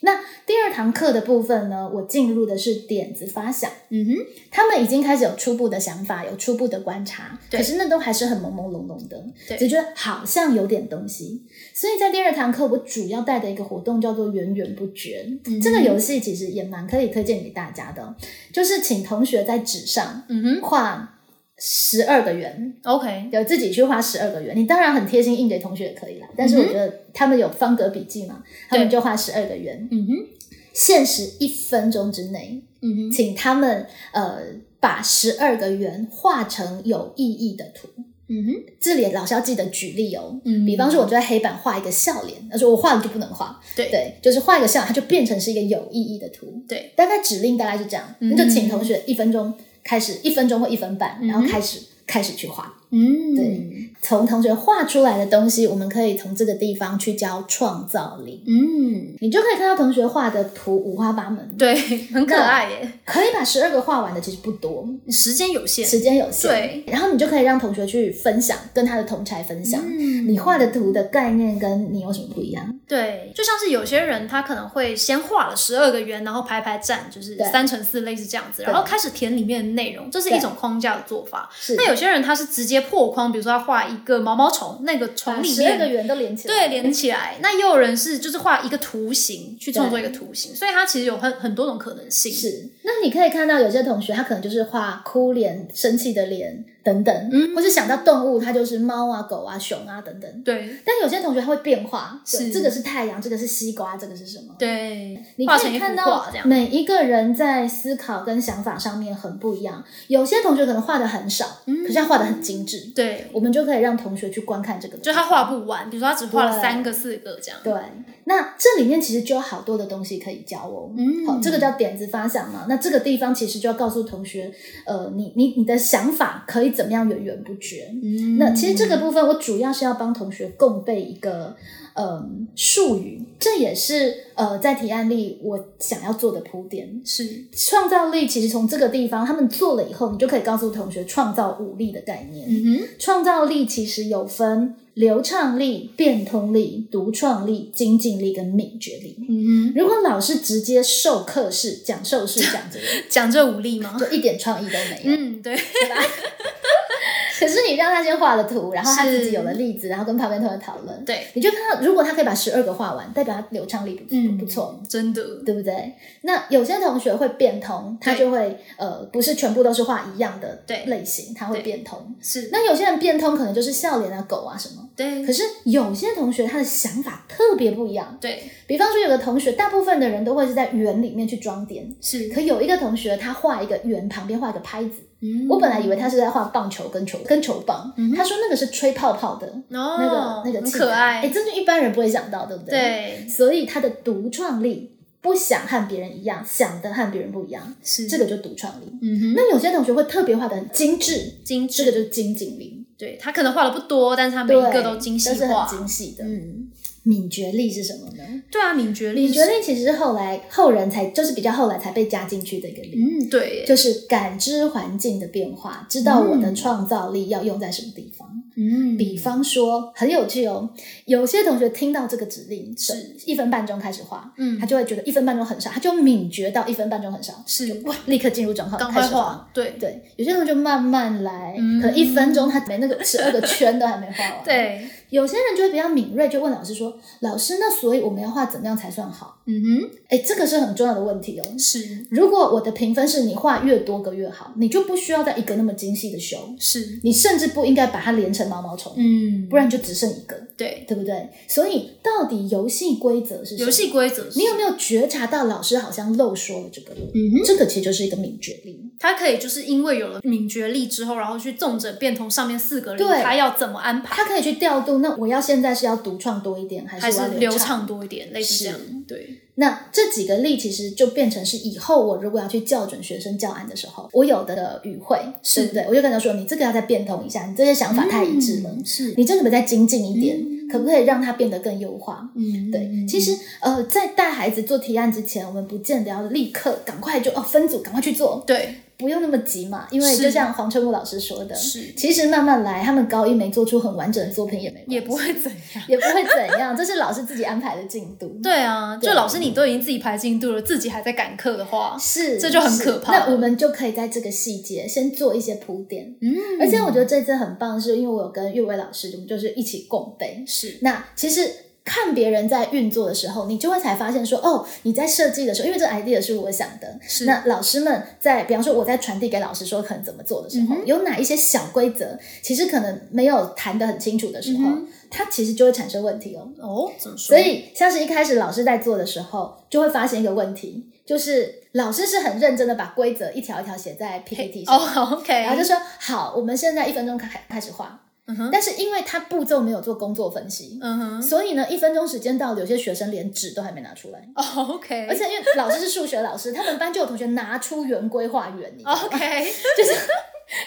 Speaker 1: 那第二堂课的部分呢，我进入的是点子发想，
Speaker 2: 嗯哼，
Speaker 1: 他们已经开始有初步的想法，有初步的观察，
Speaker 2: 对
Speaker 1: 可是那都还是很朦朦胧胧的，
Speaker 2: 对
Speaker 1: 只觉得好像有点东西。所以在第二堂课，我主要带的一个活动叫做“源源不绝”
Speaker 2: 嗯
Speaker 1: 这个游戏其实也蛮可以推荐给大家的哦，就是请同学在纸上
Speaker 2: 嗯哼
Speaker 1: 画十二个圆，
Speaker 2: ，OK，
Speaker 1: 有自己去画十二个圆，你当然很贴心印给同学也可以啦。但是我觉得他们有方格笔记嘛，他们
Speaker 2: 嗯对
Speaker 1: 就画十二个圆，
Speaker 2: 嗯哼，
Speaker 1: 限时一分钟之内，
Speaker 2: 嗯哼，
Speaker 1: 请他们呃把十二个圆画成有意义的图。
Speaker 2: 嗯哼，
Speaker 1: 这里老师要记得举例哦，
Speaker 2: 嗯
Speaker 1: 比方说我就在黑板画一个笑脸，他说我画了就不能画，
Speaker 2: 对
Speaker 1: 对，就是画一个笑脸，它就变成是一个有意义的图。
Speaker 2: 对，
Speaker 1: 大概指令大概是这样，
Speaker 2: 嗯
Speaker 1: 那就请同学一分钟开始，一分钟或一分半，然后开始、开始去画。
Speaker 2: 嗯，
Speaker 1: 对从同学画出来的东西，我们可以从这个地方去教创造力。
Speaker 2: 嗯，
Speaker 1: 你就可以看到同学画的图五花八门，
Speaker 2: 对，很可爱耶，
Speaker 1: 可以把十二个画完的其实不多，
Speaker 2: 时间有限，
Speaker 1: 时间有限。
Speaker 2: 对，
Speaker 1: 然后你就可以让同学去分享，跟他的同才分享。
Speaker 2: 嗯
Speaker 1: 你画的图的概念跟你有什么不一样？
Speaker 2: 对，就像是有些人他可能会先画了十二个圆，然后排排站，就是
Speaker 1: 对
Speaker 2: 三乘四类似这样子，然后开始填里面的内容，这是一
Speaker 1: 对
Speaker 2: 种框架的做法。
Speaker 1: 是
Speaker 2: 那有些人他是直接破框，比如说他画一个毛毛虫，那个虫里
Speaker 1: 啊十二个
Speaker 2: 面。
Speaker 1: 圆都连起来，
Speaker 2: 对，连起来。那也有人是就是画一个图形去创作一个图形，所以它其实有很很多种可能性。，
Speaker 1: 是。那你可以看到有些同学他可能就是画哭脸、生气的脸等等，
Speaker 2: 嗯
Speaker 1: 或是想到动物，他就是猫啊、狗啊、熊啊等等。
Speaker 2: 对
Speaker 1: 但有些同学他会变化，对
Speaker 2: 是
Speaker 1: 这个是太阳，这个是西瓜，这个是什么？
Speaker 2: 对，
Speaker 1: 你
Speaker 2: 画
Speaker 1: 可
Speaker 2: 成
Speaker 1: 以
Speaker 2: 一幅
Speaker 1: 看
Speaker 2: 画
Speaker 1: 到
Speaker 2: 这样。
Speaker 1: 每一个人在思考跟想法上面很不一样。有些同学可能画的很少，
Speaker 2: 嗯
Speaker 1: 可是他画的很精致，
Speaker 2: 对，
Speaker 1: 我们就可以让同学去观看这个东西。
Speaker 2: 就他画不完，比如说他只画了
Speaker 1: 对
Speaker 2: 三个、四个这样。
Speaker 1: 对，那这里面其实就有好多的东西可以教哦。
Speaker 2: 嗯
Speaker 1: 好，这个叫点子发想嘛。那这个地方其实就要告诉同学，呃，你你你的想法可以怎么样源源不绝。
Speaker 2: 嗯
Speaker 1: 那其实这个部分，我主要是要帮同学共备一个嗯术语，这也是呃在提案里我想要做的铺垫。
Speaker 2: 是
Speaker 1: 创造力其实从这个地方，他们做了以后，你就可以告诉同学创造武力的概念。
Speaker 2: 嗯哼，
Speaker 1: 创造力其实有分流畅力、变通力、独创力、精进力跟敏觉力。
Speaker 2: 嗯
Speaker 1: 如果老师直接授课式、讲授式讲这个，
Speaker 2: 哼，讲这武力吗？
Speaker 1: 就一点创意都没有。
Speaker 2: 嗯，对，
Speaker 1: 可是你让他先画了图，然后他
Speaker 2: 是
Speaker 1: 自己有了例子，然后跟旁边同学讨论，
Speaker 2: 对，
Speaker 1: 你就看到，如果他可以把十二个画完，代表他流畅力不
Speaker 2: 嗯
Speaker 1: 嗯不不错。，
Speaker 2: 真的，
Speaker 1: 对不对？那有些同学会变通，他
Speaker 2: 对
Speaker 1: 就会呃，不是全部都是画一样的
Speaker 2: 对
Speaker 1: 类型，他会
Speaker 2: 对
Speaker 1: 变通。
Speaker 2: 是，
Speaker 1: 那有些人变通可能就是笑脸啊、狗啊什么，
Speaker 2: 对，
Speaker 1: 可是有些同学他的想法特别不一样，
Speaker 2: 对，
Speaker 1: 比方说有个同学，大部分的人都会是在圆里面去装点，
Speaker 2: 是，
Speaker 1: 可有一个同学他画一个圆，旁边画一个拍子。
Speaker 2: 嗯
Speaker 1: 我本来以为他是在画棒球跟球跟球棒，他说那个是吹泡泡的、
Speaker 2: 哦，
Speaker 1: 那个那个
Speaker 2: 很
Speaker 1: 气
Speaker 2: 可
Speaker 1: 哎，
Speaker 2: 爱，
Speaker 1: 这就一般人不会想到，对不对？
Speaker 2: 对，
Speaker 1: 所以他的独创力不想和别人一样，想的和别人不一样，
Speaker 2: 是
Speaker 1: 这，个就独创力。
Speaker 2: 嗯哼，
Speaker 1: 那有些同学会特别画的很精致，
Speaker 2: 精致
Speaker 1: 这个就是精进力，
Speaker 2: 对他可能画的不多，但是他每
Speaker 1: 对，
Speaker 2: 一个都精细
Speaker 1: 是
Speaker 2: 化
Speaker 1: 很，精细的。
Speaker 2: 嗯，
Speaker 1: 敏觉力是什么呢？
Speaker 2: 对啊，敏觉力，
Speaker 1: 敏觉，力其实是后来后人才，就是比较后来才被加进去的一个力，
Speaker 2: 嗯，对耶，
Speaker 1: 就是感知环境的变化，知道我的创造力要用在什么地方。
Speaker 2: 嗯，
Speaker 1: 比方说，很有趣哦，有些同学听到这个指令
Speaker 2: 是
Speaker 1: 一分半钟开始画，
Speaker 2: 嗯
Speaker 1: 他就会觉得一分半钟很少，他就敏觉到一分半钟很少，
Speaker 2: 是
Speaker 1: 就哇，立刻进入状况，
Speaker 2: 赶
Speaker 1: 开
Speaker 2: 快
Speaker 1: 始画。
Speaker 2: 画，对，
Speaker 1: 对，有些同学就慢慢来，
Speaker 2: 嗯
Speaker 1: 可能一分钟他没那个十二个圈都还没画完。
Speaker 2: 对，
Speaker 1: 有些人就会比较敏锐，就问老师说：“老师，那所以我们要画怎么样才算好
Speaker 2: 嗯哼，？”
Speaker 1: 哎，这个是很重要的问题哦。
Speaker 2: 是，
Speaker 1: 如果我的评分是你画越多个越好，你就不需要再一个那么精细的修，
Speaker 2: 是，
Speaker 1: 你甚至不应该把它连成毛毛虫，
Speaker 2: 嗯，
Speaker 1: 不然就只剩一个，
Speaker 2: 对，
Speaker 1: 对不对？所以到底游戏规则是什么？
Speaker 2: 游戏规则是，
Speaker 1: 你有没有觉察到老师好像漏说了这个？
Speaker 2: 嗯哼，
Speaker 1: 这个其实就是一个敏觉力，
Speaker 2: 他可以就是因为有了敏觉力之后，然后去纵着变通上面四个力，
Speaker 1: 对
Speaker 2: 他要怎么安排？
Speaker 1: 他可以去调度。那我要现在是要独创多一点，还
Speaker 2: 还
Speaker 1: 是我
Speaker 2: 是
Speaker 1: 要
Speaker 2: 流
Speaker 1: 畅？
Speaker 2: 畅多一点，类似这
Speaker 1: 是啊
Speaker 2: 样。对，
Speaker 1: 那这几个例其实就变成是以后我如果要去校准学生教案的时候，我有的语汇，
Speaker 2: 是
Speaker 1: 对不对？我就跟他说，你这个要再变通一下，你这些想法太一致了，
Speaker 2: 嗯是，
Speaker 1: 你这个可不可以再精进一点？
Speaker 2: 嗯
Speaker 1: 可不可以让它变得更优化？
Speaker 2: 嗯
Speaker 1: 对，其实呃，在带孩子做提案之前，我们不见得要立刻赶快就哦分组赶快去做，
Speaker 2: 对
Speaker 1: 不用那么急嘛，因为
Speaker 2: 是
Speaker 1: 就像黄春木老师说的，
Speaker 2: 是
Speaker 1: 其实慢慢来，他们高一没做出很完整的作品也没关系
Speaker 2: 也不会怎 样。
Speaker 1: 也不会怎样，这是老师自己安排的进度。
Speaker 2: 对啊，就
Speaker 1: 对
Speaker 2: 老师你都已经自己排进度了，自己还在赶课的话，
Speaker 1: 是，
Speaker 2: 这就很可怕
Speaker 1: 是那我们就可以在这个细节先做一些铺垫，
Speaker 2: 嗯
Speaker 1: 而且我觉得这次很棒，是因为我有跟岳薇老师，我们就是一起共背。
Speaker 2: 是
Speaker 1: 那其实看别人在运作的时候，你就会才发现说，哦，你在设计的时候，因为这个 idea 是我想的。
Speaker 2: 是
Speaker 1: 那老师们在，比方说我在传递给老师说可能怎么做的
Speaker 2: 嗯
Speaker 1: 时候，有哪一些小规则，其实可能没有谈得很清楚的时
Speaker 2: 嗯
Speaker 1: 候，它其实就会产生问题哦。
Speaker 2: 哦，怎么说？
Speaker 1: 所以，像是一开始老师在做的时候，就会发现一个问题，就是老师是很认真的把规则一条一条写在 PPT 上，
Speaker 2: 哦，OK，
Speaker 1: 然后就说好，我们现在一分钟开开始画。
Speaker 2: 嗯哼
Speaker 1: 但是因为他步骤没有做工作分析，
Speaker 2: 嗯哼
Speaker 1: 所以呢，一分钟时间到了，有些学生连纸都还没拿出来。
Speaker 2: 哦，OK，
Speaker 1: 而且因为老师是数学老师，他们班就有同学拿出圆规画圆，你知道吗
Speaker 2: 哦 OK，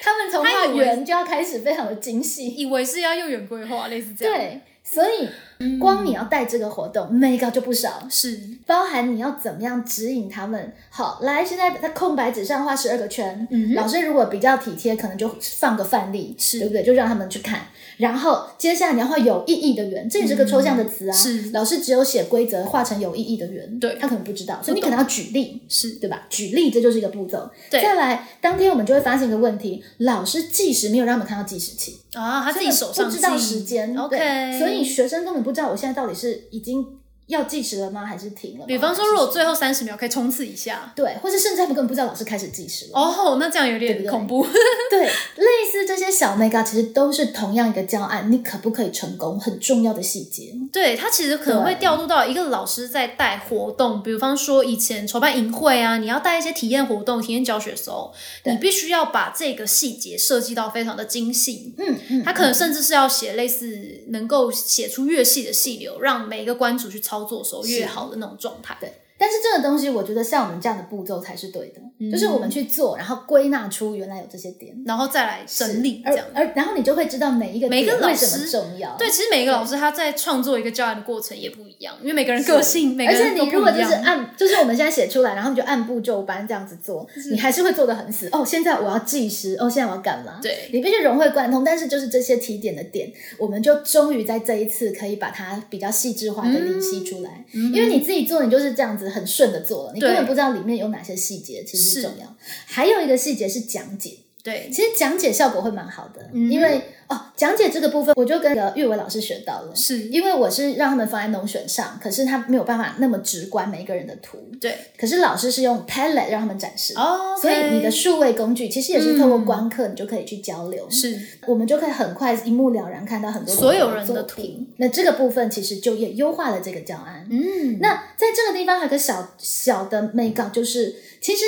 Speaker 1: 他们从画
Speaker 2: 他以为
Speaker 1: 圆就要开始非常的精细。
Speaker 2: 以为是要用圆规划，类似这样，，
Speaker 1: 对，所以
Speaker 2: 嗯
Speaker 1: 光你要带这个活动，那个就不少。
Speaker 2: 是，
Speaker 1: 包含你要怎么样指引他们。好，来，现在在空白纸上画十二个圈。
Speaker 2: 嗯哼
Speaker 1: 老师如果比较体贴，可能就放个范例，
Speaker 2: 是
Speaker 1: 对不对？就让他们去看。然后接下来你要画有意义的圆，这也是个抽象的词啊。
Speaker 2: 嗯是
Speaker 1: 老师只有写规则，画成有意义的圆，
Speaker 2: 对
Speaker 1: 他可能不知道，所以你可能要举例。
Speaker 2: 是
Speaker 1: 对吧？举例，这就是一个步骤。
Speaker 2: 对
Speaker 1: 再来，当天我们就会发现一个问题：老师计时没有让我们看到计时器，
Speaker 2: 啊，他自己手上
Speaker 1: 不知道
Speaker 2: 记
Speaker 1: 时间。对
Speaker 2: ，OK，
Speaker 1: 所以学生根本不知道我现在到底是已经要计时了吗，还是停了吗？
Speaker 2: 比方说，如果最后三十秒可以冲刺一下，
Speaker 1: 对，或者甚至他们根本不知道老师开始计时了。
Speaker 2: 哦，那这样有
Speaker 1: 对
Speaker 2: 点
Speaker 1: 不对
Speaker 2: 恐 怖，
Speaker 1: 对，类似这些小 mega 其实都是同样一个教案，你可不可以成功很重要的细节。
Speaker 2: 对他其实可能会
Speaker 1: 对
Speaker 2: 调度到一个老师在带活动，比方说以前筹办营会啊，你要带一些体验活动、体验教学的时候，
Speaker 1: 对
Speaker 2: 你必须要把这个细节设计到非常的精细。
Speaker 1: 嗯嗯，
Speaker 2: 他可能甚至是要写类似能够写出越细的细流，让每一个关主去操作的时候越好的那种状态。
Speaker 1: 对。但是这个东西，我觉得像我们这样的步骤才是对的，
Speaker 2: 嗯
Speaker 1: 就是我们去做，然后归纳出原来有这些点，
Speaker 2: 然后再来整理
Speaker 1: 而
Speaker 2: 这样。
Speaker 1: 而然后你就会知道每一个
Speaker 2: 每一个
Speaker 1: 点
Speaker 2: 老
Speaker 1: 为什么
Speaker 2: 师
Speaker 1: 重要。
Speaker 2: 对，其实每一个老师他在创作一个教案的过程也不一样，因为每个人个性，每个
Speaker 1: 而且
Speaker 2: 人都
Speaker 1: 你
Speaker 2: 不
Speaker 1: 如果就
Speaker 2: 一
Speaker 1: 是
Speaker 2: 样。
Speaker 1: 按，就是我们现在写出来，然后你就按部就班这样子做，你还是会做的很死。哦，现在我要计时，哦，现在我要干嘛？
Speaker 2: 对
Speaker 1: 你必须融会贯通。但是就是这些提点的点，我们就终于在这一次可以把它比较细致化的明析出来。因为你自己做，你就是这样子很顺的做了，你
Speaker 2: 嗯对
Speaker 1: 根本不知道里面有哪些细节其实
Speaker 2: 是
Speaker 1: 重要。还有一个细节是讲解，
Speaker 2: 对，
Speaker 1: 其实讲解效果会蛮好的，
Speaker 2: 嗯
Speaker 1: 因为哦，讲解这个部分我就跟那个玉伟老师学到了。
Speaker 2: 是，
Speaker 1: 因为我是让他们放在农选上，可是他没有办法那么直观每一个人的图，
Speaker 2: 对，
Speaker 1: 可是老师是用 Padlet 让他们展示，
Speaker 2: 哦，
Speaker 1: 所以你的
Speaker 2: OK，
Speaker 1: 数位工具其实也是透过
Speaker 2: 嗯
Speaker 1: 观课，你就可以去交流，
Speaker 2: 是
Speaker 1: 我们就可以很快一目了然看到很多
Speaker 2: 所有人
Speaker 1: 作
Speaker 2: 的
Speaker 1: 品。那这个部分其实就也优化了这个教案。
Speaker 2: 嗯，
Speaker 1: 那在这个地方还有个小小的美稿，就是其实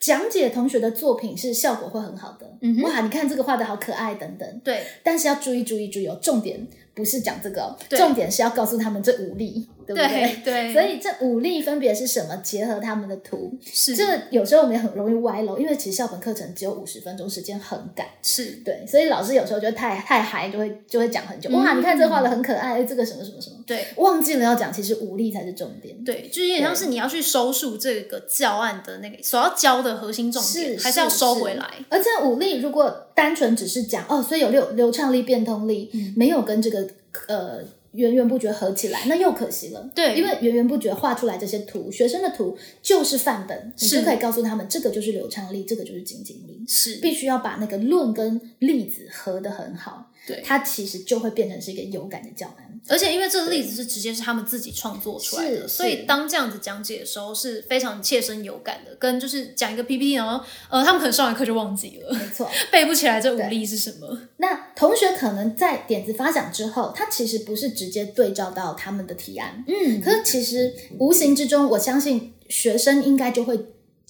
Speaker 1: 讲解同学的作品是效果会很好的，
Speaker 2: 嗯哼
Speaker 1: 哇，你看这个画的好可爱等等，
Speaker 2: 对，
Speaker 1: 但是要注意注意注意哦，重点不是讲这个、哦，
Speaker 2: 对
Speaker 1: 重点是要告诉他们这五力，对不对？
Speaker 2: 对对，
Speaker 1: 所以这五力分别是什么？结合他们的图，
Speaker 2: 是
Speaker 1: 这个有时候我们也很容易歪楼，因为其实校本课程只有五十分钟时间，很赶。
Speaker 2: 是
Speaker 1: 对，所以老师有时候就太太嗨，就会就会讲很久。
Speaker 2: 嗯
Speaker 1: 哇，你看这画的很可爱，哎这个什么什么什么，
Speaker 2: 对
Speaker 1: 忘记了要讲，其实五力才是重点。
Speaker 2: 对，就是有点像是你要去收束这个教案的那个所要教的核心重点，
Speaker 1: 是
Speaker 2: 还要收回。
Speaker 1: 是
Speaker 2: 来。
Speaker 1: 而且五力如果单纯只是讲哦，所以有流流畅力、变通力，
Speaker 2: 嗯
Speaker 1: 没有跟这个呃源源不绝合起来，那又可惜了。
Speaker 2: 对
Speaker 1: 因为源源不绝画出来这些图，学生的图就是范本，你
Speaker 2: 是
Speaker 1: 就可以告诉他们这个就是流畅力，这个就是精进力，
Speaker 2: 是，
Speaker 1: 必须要把那个论跟例子合得很好，
Speaker 2: 对。
Speaker 1: 它其实就会变成是一个有感的教案。
Speaker 2: 而且因为这个例子是直接是他们自己创作出来的，
Speaker 1: 是
Speaker 2: 所以
Speaker 1: 是
Speaker 2: 当这样子讲解的时候是非常切身有感的。跟就是讲一个 PPT，然后呃，他们可能上完课就忘记了，
Speaker 1: 没错，
Speaker 2: 背不起来这
Speaker 1: 对
Speaker 2: 武力是什么。
Speaker 1: 那同学可能在点子发想之后，他其实不是直接对照到他们的提案，
Speaker 2: 嗯，
Speaker 1: 可是其实无形之中，我相信学生应该就会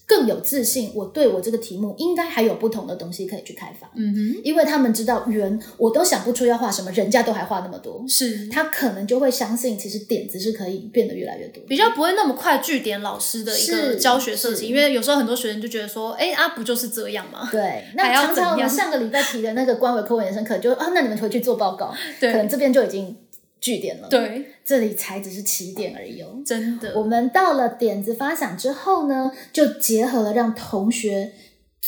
Speaker 1: 更有自信。我对我这个题目应该还有不同的东西可以去开发，
Speaker 2: 嗯哼，
Speaker 1: 因为他们知道圆我都想不出要画什么，人家都还画那么多，
Speaker 2: 是
Speaker 1: 他可能就会相信，其实点子是可以变得越来越多。
Speaker 2: 比较不会那么快据点老师的一个
Speaker 1: 是
Speaker 2: 教学设
Speaker 1: 是
Speaker 2: 计，因为有时候很多学生就觉得说，哎、啊，不就是这样吗？
Speaker 1: 对，
Speaker 2: 还
Speaker 1: 那
Speaker 2: 要
Speaker 1: 常常我
Speaker 2: 怎样
Speaker 1: 们上个礼拜提的那个官委科文衍生课，就啊，那你们回去做报告，可能
Speaker 2: 对
Speaker 1: 这边就已经据点了，，
Speaker 2: 对，
Speaker 1: 这里才只是起点而已哦。
Speaker 2: 真的
Speaker 1: 我们到了点子发想之后呢，就结合了让同学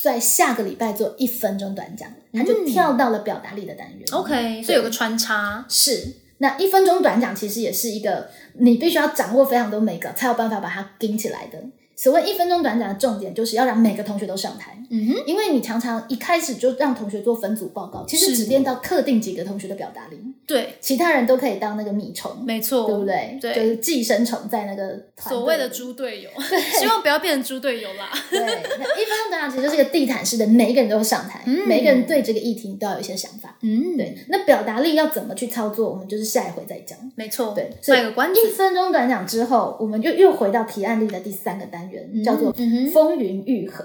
Speaker 1: 在下个礼拜做一分钟短讲，他就跳到了表达力的单元。
Speaker 2: 嗯 OK，所以有个穿插，
Speaker 1: 是，那一分钟短讲其实也是一个你必须要掌握非常多美感，才有办法把它盯起来的。所谓一分钟短讲的重点，就是要让每个同学都上台，
Speaker 2: 嗯哼，
Speaker 1: 因为你常常一开始就让同学做分组报告，其
Speaker 2: 是
Speaker 1: 实只练到特定几个同学的表达力，
Speaker 2: 对，
Speaker 1: 其他人都可以当那个米虫，
Speaker 2: 没错，
Speaker 1: 对不？对？
Speaker 2: 对
Speaker 1: 就是寄生虫在那个团队
Speaker 2: 所谓的
Speaker 1: 里
Speaker 2: 猪队友，希望不要变成猪队友啦。
Speaker 1: 对，那一分钟短讲其实就是一个地毯式的，每一个人都上台，
Speaker 2: 嗯
Speaker 1: 每一个人对这个议题都要有一些想法。
Speaker 2: 嗯，
Speaker 1: 对，，那表达力要怎么去操作，我们就是下一回再讲。
Speaker 2: 没错，
Speaker 1: 对，所以
Speaker 2: 卖个关
Speaker 1: 一
Speaker 2: 子，
Speaker 1: 分钟短讲之后，我们就又回到提案力的第三个单元，叫做
Speaker 2: 嗯哼
Speaker 1: 风云愈合。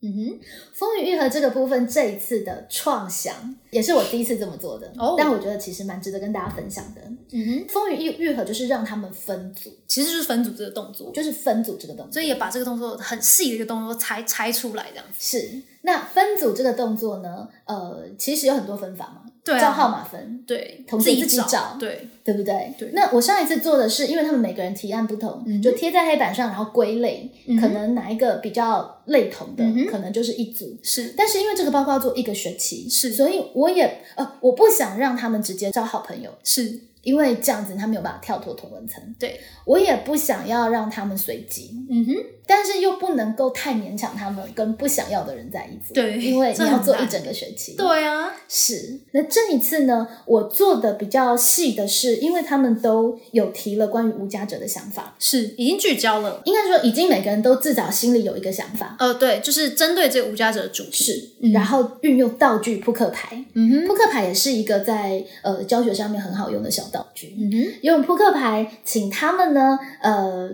Speaker 2: 嗯哼，
Speaker 1: 风雨愈合这个部分，这一次的创想也是我第一次这么做的，
Speaker 2: 哦
Speaker 1: 但我觉得其实蛮值得跟大家分享的。
Speaker 2: 嗯哼，
Speaker 1: 风雨愈愈合就是让他们分组，
Speaker 2: 其实就是分组这个动作，
Speaker 1: 就是分组这个动作。
Speaker 2: 所以也把这个动作很细的一个动作拆拆出来，这样子。
Speaker 1: 是，那分组这个动作呢，呃，其实有很多分法嘛，
Speaker 2: 对啊
Speaker 1: 照号码分，
Speaker 2: 对，
Speaker 1: 同学
Speaker 2: 自己
Speaker 1: 自己找
Speaker 2: 对，
Speaker 1: 对不对？
Speaker 2: 对
Speaker 1: 那我上一次做的是，因为他们每个人提案不同，
Speaker 2: 嗯哼
Speaker 1: 就贴在黑板上，然后归类，
Speaker 2: 嗯哼
Speaker 1: 可能哪一个比较类同的，
Speaker 2: 嗯哼
Speaker 1: 可能就是一组。
Speaker 2: 是，
Speaker 1: 但是因为这个报告做一个学期，
Speaker 2: 是
Speaker 1: 所以我也呃，我不想让他们直接交好朋友，
Speaker 2: 是，
Speaker 1: 因为这样子他没有办法跳脱同文层。
Speaker 2: 对，
Speaker 1: 我也不想要让他们随机，
Speaker 2: 嗯哼，
Speaker 1: 但是又不能够太勉强他们跟不想要的人在一组，
Speaker 2: 对
Speaker 1: 因为
Speaker 2: 这
Speaker 1: 你要
Speaker 2: 很
Speaker 1: 做
Speaker 2: 难
Speaker 1: 一整个学期，
Speaker 2: 对啊，
Speaker 1: 是，那这一次呢，我做的比较细的是，因为他们都有提了关于无家者的想法，
Speaker 2: 是已经聚焦了。
Speaker 1: 应该说已经每个人都至少心里有一个想法，
Speaker 2: 呃，对，就是针对这个无家者的主题，
Speaker 1: 是，然后运用道具扑克牌，
Speaker 2: 嗯哼，
Speaker 1: 扑克牌也是一个在呃教学上面很好用的小道具，
Speaker 2: 嗯哼，
Speaker 1: 用扑克牌请他们呢，呃，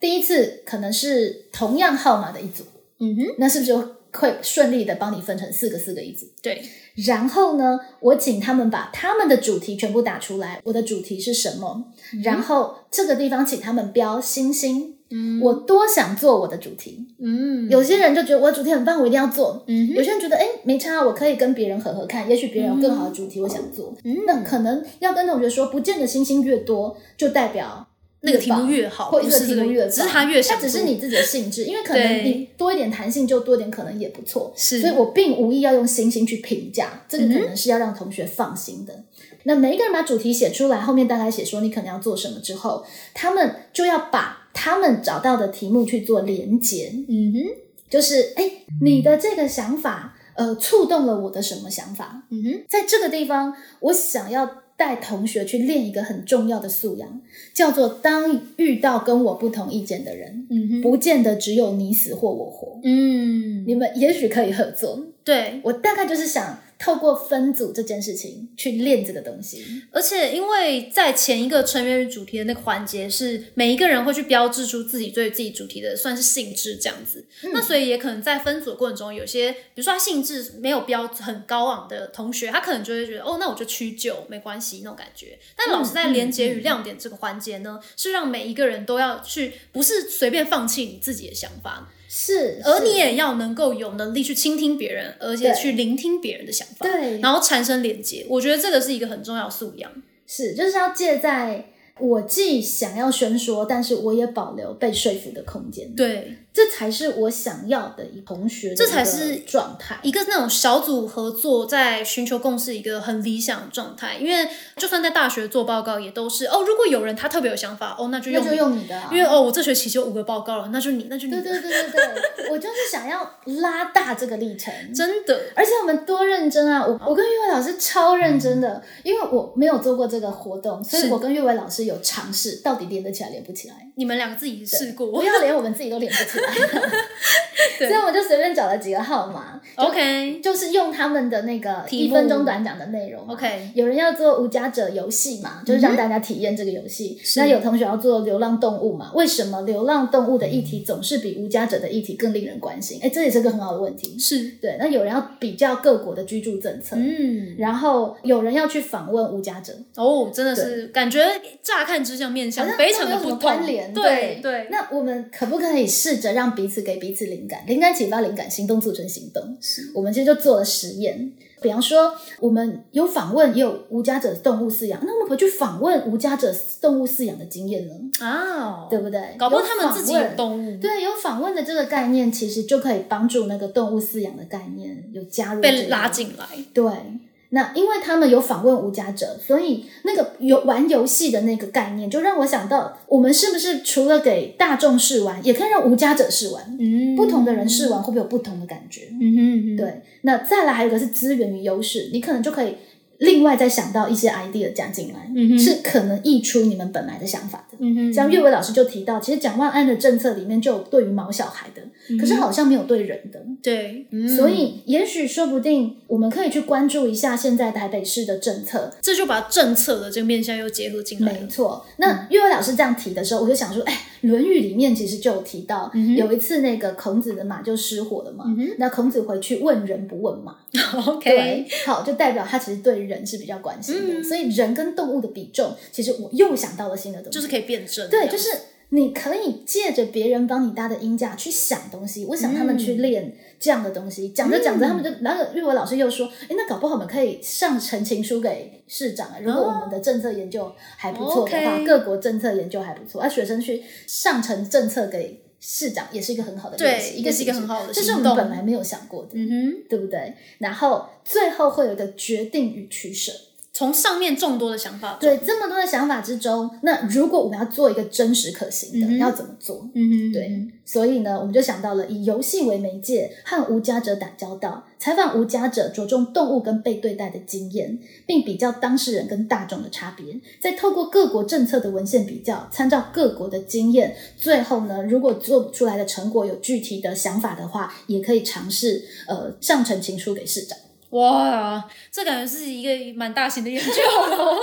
Speaker 1: 第一次可能是同样号码的一组，
Speaker 2: 嗯哼，
Speaker 1: 那是不是就会顺利的帮你分成四个四个一组？
Speaker 2: 对，
Speaker 1: 然后呢，我请他们把他们的主题全部打出来，我的主题是什么？然后这个地方请他们标星星。
Speaker 2: 嗯
Speaker 1: 我多想做我的主题，
Speaker 2: 嗯，
Speaker 1: 有些人就觉得我的主题很棒，我一定要做。
Speaker 2: 嗯
Speaker 1: 有些人觉得，哎，没差，我可以跟别人合合看，也许别人有更好的主题，我想做。
Speaker 2: 嗯
Speaker 1: 那可能要跟同学说，不见得星星越多就代表
Speaker 2: 那个题目越好，
Speaker 1: 或
Speaker 2: 不
Speaker 1: 一个
Speaker 2: 是
Speaker 1: 题
Speaker 2: 这个
Speaker 1: 目越棒，
Speaker 2: 只是他越想
Speaker 1: 它
Speaker 2: 做，
Speaker 1: 只是你自己的性质，因为可
Speaker 2: 对
Speaker 1: 能你多一点弹性，就多一点可能也不错。
Speaker 2: 是
Speaker 1: 所以我并无意要用星星去评价，这个
Speaker 2: 嗯
Speaker 1: 可
Speaker 2: 哼
Speaker 1: 能是要让同学放心的。那每一个人把主题写出来，后面大概写说你可能要做什么之后，他们就要把他们找到的题目去做连结，
Speaker 2: 嗯哼，
Speaker 1: 就是哎，诶你的这个想法，呃，触动了我的什么想法？
Speaker 2: 嗯哼，
Speaker 1: 在这个地方，我想要带同学去练一个很重要的素养，叫做当遇到跟我不同意见的人，
Speaker 2: 嗯哼，
Speaker 1: 不见得只有你死或我活，
Speaker 2: 嗯，
Speaker 1: 你们也许可以合作。
Speaker 2: 对，
Speaker 1: 我大概就是想透过分组这件事情去练这个东西。
Speaker 2: 而且因为在前一个成员与主题的那个环节是每一个人会去标志出自己对自己主题的算是性质这样子，
Speaker 1: 嗯
Speaker 2: 那所以也可能在分组的过程中，有些比如说他性质没有标很高昂的同学，他可能就会觉得哦，那我就屈就没关系那种感觉。但老师在
Speaker 1: 嗯
Speaker 2: 连接与亮点这个环节呢，是让每一个人都要去，不是随便放弃你自己的想法，
Speaker 1: 是，
Speaker 2: 而
Speaker 1: 是
Speaker 2: 你也要能够有能力去倾听别人，而且
Speaker 1: 对
Speaker 2: 去聆听别人的想法，
Speaker 1: 对
Speaker 2: 然后产生连接。我觉得这个是一个很重要的素养。
Speaker 1: 是就是要借在。我既想要宣说，但是我也保留被说服的空间，
Speaker 2: 对，
Speaker 1: 这才是我想要的一同学的
Speaker 2: 这才
Speaker 1: 一个
Speaker 2: 是
Speaker 1: 状态。
Speaker 2: 一个那种小组合作在寻求共识一个很理想的状态，因为就算在大学做报告，也都是哦，如果有人他特别有想法，哦，那就
Speaker 1: 那
Speaker 2: 用你，
Speaker 1: 就用你的、啊，
Speaker 2: 因为哦，我这学期就五个报告了，那就你，那就你，
Speaker 1: 对对对对对，我就是想要拉大这个历程。
Speaker 2: 真的，
Speaker 1: 而且我们多认真啊！我我跟岳伟老师超认真的，因为我没有做过这个活动，所以
Speaker 2: 嗯是
Speaker 1: 我跟岳伟老师有尝试，到底连得起来连不起来。
Speaker 2: 你们两个自己试
Speaker 1: 不
Speaker 2: 过
Speaker 1: 要连我们自己都连不起 来，所以我就随便找了几个号码，
Speaker 2: ，OK，
Speaker 1: 就是用他们的那个
Speaker 2: 题
Speaker 1: 一
Speaker 2: 目
Speaker 1: 分钟短讲的内容嘛。
Speaker 2: OK 嗯
Speaker 1: 有人要做无家者游戏嘛，就是让大家体验这个游戏。那有同学要做流浪动物嘛？为什么流浪动物的议题总是比无家者的议题更令人关心？哎，这也是个很好的问题。
Speaker 2: 是，
Speaker 1: 对，那有人要比较各国的居住政策，
Speaker 2: 嗯，
Speaker 1: 然后有人要去访问无家者，
Speaker 2: 哦，真的是感觉乍看之下面
Speaker 1: 好
Speaker 2: 相
Speaker 1: 像
Speaker 2: 非
Speaker 1: 都
Speaker 2: 常
Speaker 1: 没
Speaker 2: 的
Speaker 1: 有什
Speaker 2: 不
Speaker 1: 么
Speaker 2: 同，
Speaker 1: 关联。
Speaker 2: 对
Speaker 1: 对，那我们可不可以试着让彼此给彼此灵感，灵感启发灵感，行动促成行动？我们其实就做了实验。比方说，我们有访问也有无家者动物饲养，那我们回去访问无家者动物饲养的经验呢，
Speaker 2: 啊，
Speaker 1: 对不对？
Speaker 2: 搞不好
Speaker 1: 有
Speaker 2: 他们自己
Speaker 1: 访
Speaker 2: 有
Speaker 1: 问
Speaker 2: 动物，
Speaker 1: 对，有访问的这个概念，其实就可以帮助那个动物饲养的概念有加入、
Speaker 2: 被拉。进来。
Speaker 1: 对，那因为他们有访问无家者，所以那个游玩游戏的那个概念，就让我想到，我们是不是除了给大众试玩，也可以让无家者试玩？
Speaker 2: 嗯
Speaker 1: 不同的人试玩，会不会有不同的感觉？
Speaker 2: 嗯哼嗯哼，
Speaker 1: 对，那再来还有一个是资源与优势，你可能就可以另外再想到一些 idea 加进来，
Speaker 2: 嗯哼
Speaker 1: 是可能溢出你们本来的想法的。
Speaker 2: 嗯哼，
Speaker 1: 像岳伟老师就提到，其实蒋万安的政策里面就有对于毛小孩的，
Speaker 2: 嗯
Speaker 1: 可是好像没有对人的，
Speaker 2: 对，
Speaker 1: 所以也许说不定我们可以去关注一下现在台北市的政策。
Speaker 2: 这就把政策的这个面向又结合进来
Speaker 1: 没
Speaker 2: 了。
Speaker 1: 错，那岳伟老师这样提的时候，我就想说，哎，《论语》里面其实就有提到，有一次那个孔子的马就失火了嘛，那孔子回去问人不问马，对
Speaker 2: OK，，
Speaker 1: 好，就代表他其实对人是比较关心的，
Speaker 2: 嗯
Speaker 1: 所以人跟动物的比重，其实我又想到了新的东西，
Speaker 2: 就是可以辩证这
Speaker 1: 对，
Speaker 2: 样。
Speaker 1: 就是你可以借着别人帮你搭的音架去想东西。我想他们去练这样的东西，讲着
Speaker 2: 嗯
Speaker 1: 讲着，他们就那个日文老师又说：“哎，那搞不好我们可以上呈情书给市长啊，如果我们的政策研究还不错的话，
Speaker 2: 哦 OK
Speaker 1: 各国政策研究还不错，而、学生去上呈政策给市长也是一个很好的练习
Speaker 2: 对也是一个
Speaker 1: 形式
Speaker 2: 很好的
Speaker 1: 这是我
Speaker 2: 行
Speaker 1: 们
Speaker 2: 动
Speaker 1: 本来没有想过的，
Speaker 2: 嗯哼，
Speaker 1: 对不对？然后最后会有一个决定与取舍。”
Speaker 2: 从上面众多的想法，
Speaker 1: 对这么多的想法之中，那如果我们要做一个真实可行的，
Speaker 2: 嗯哼
Speaker 1: 要怎么做？
Speaker 2: 嗯哼，
Speaker 1: 对，所以呢，我们就想到了以游戏为媒介和无家者打交道，采访无家者，着重动物跟被对待的经验，并比较当事人跟大众的差别，再透过各国政策的文献比较，参照各国的经验，最后呢，如果做出来的成果有具体的想法的话，也可以尝试呃上呈情书给市长。
Speaker 2: 哇，这感觉是一个蛮大型的 研究哦。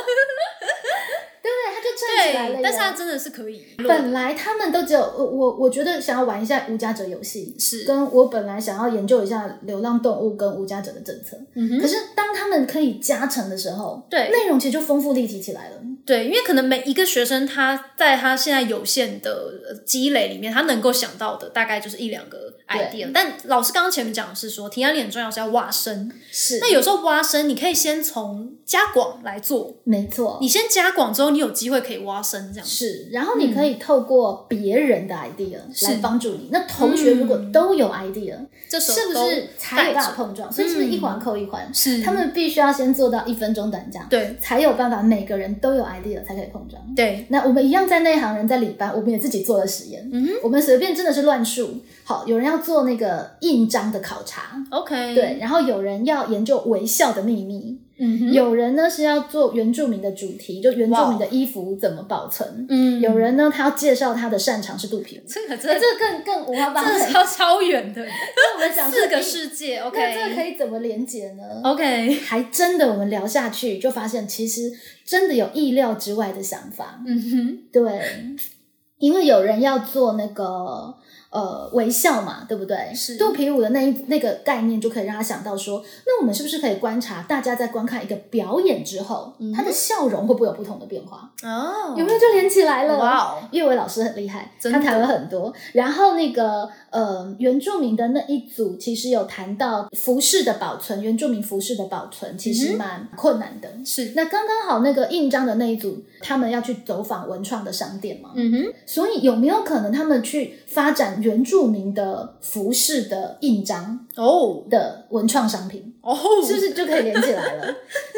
Speaker 1: 对，他就站起来
Speaker 2: 对
Speaker 1: 了耶。，
Speaker 2: 但是它真的是可以。
Speaker 1: 本来他们都只有我我我觉得想要玩一下无家者游戏，
Speaker 2: 是
Speaker 1: 跟我本来想要研究一下流浪动物跟无家者的政策。
Speaker 2: 嗯哼
Speaker 1: 可是当他们可以加成的时候，
Speaker 2: 对
Speaker 1: 内容其实就丰富立体起来了。
Speaker 2: 对，因为可能每一个学生他在他现在有限的呃积累里面，他能够想到的大概就是一两个
Speaker 1: 对
Speaker 2: idea。但老师刚刚前面讲的是说，提案力很重要是要挖深。
Speaker 1: 是，
Speaker 2: 那有时候挖深，你可以先从加广来做，
Speaker 1: 没错
Speaker 2: 你，先加广之后，你有机会可以挖深这样。
Speaker 1: 是。然后你可以
Speaker 2: 嗯
Speaker 1: 透过别人的 idea 来帮助你。那同学如果都有 idea，、
Speaker 2: 这时候
Speaker 1: 是不
Speaker 2: 都
Speaker 1: 是才有
Speaker 2: 带
Speaker 1: 办法
Speaker 2: 着嗯
Speaker 1: 碰撞？所以是不是一环扣一环？
Speaker 2: 是
Speaker 1: 他们必须要先做到一分钟短讲，
Speaker 2: 对
Speaker 1: 才有办法每个人都有 idea 才可以碰撞。
Speaker 2: 对
Speaker 1: 那我们一样在内行人在里班，我们也自己做了实验。嗯我们随便真的是乱数。好，有人要做那个印章的考察，
Speaker 2: OK
Speaker 1: 对，然后有人要研究微笑的秘密，
Speaker 2: 嗯哼
Speaker 1: 有人呢是要做原住民的主题，就原住
Speaker 2: 哇
Speaker 1: 民的衣服怎么保存。
Speaker 2: 嗯
Speaker 1: 有人呢，他要介绍他的擅长是肚皮舞，
Speaker 2: 这个真
Speaker 1: 哎
Speaker 2: 的
Speaker 1: 这个更更五花八门。
Speaker 2: 这 是要超远 的，
Speaker 1: 那我们讲
Speaker 2: 四
Speaker 1: 哎
Speaker 2: 个世界
Speaker 1: 那这个可
Speaker 2: ，OK
Speaker 1: 以怎么连接呢？
Speaker 2: OK，
Speaker 1: 还真的，我们聊下去就发现，其实真的有意料之外的想法。
Speaker 2: 嗯哼，
Speaker 1: 对，因为有人要做那个呃微笑嘛，对不对？
Speaker 2: 是
Speaker 1: 肚皮舞的那一那个概念，就可以让他想到说，那我们是不是可以观察大家在观看一个表演之后，他的笑容会不会有不同的变化？
Speaker 2: 哦，
Speaker 1: 嗯有没有就连起来了？
Speaker 2: 哇哦
Speaker 1: 叶伟老师很厉害，
Speaker 2: 真
Speaker 1: 他
Speaker 2: 的
Speaker 1: 谈了很多。然后那个呃，原住民的那一组其实有谈到服饰的保存，原住民服饰的保存其实蛮困难的。
Speaker 2: 是
Speaker 1: 那刚刚好那个印章的那一组，他们要去走访文创的商店嘛，
Speaker 2: 嗯哼，
Speaker 1: 所以有没有可能他们去发展原住民的服饰的印章
Speaker 2: 哦
Speaker 1: 的文创商品？
Speaker 2: 哦，
Speaker 1: 是不是就可以连起 来了，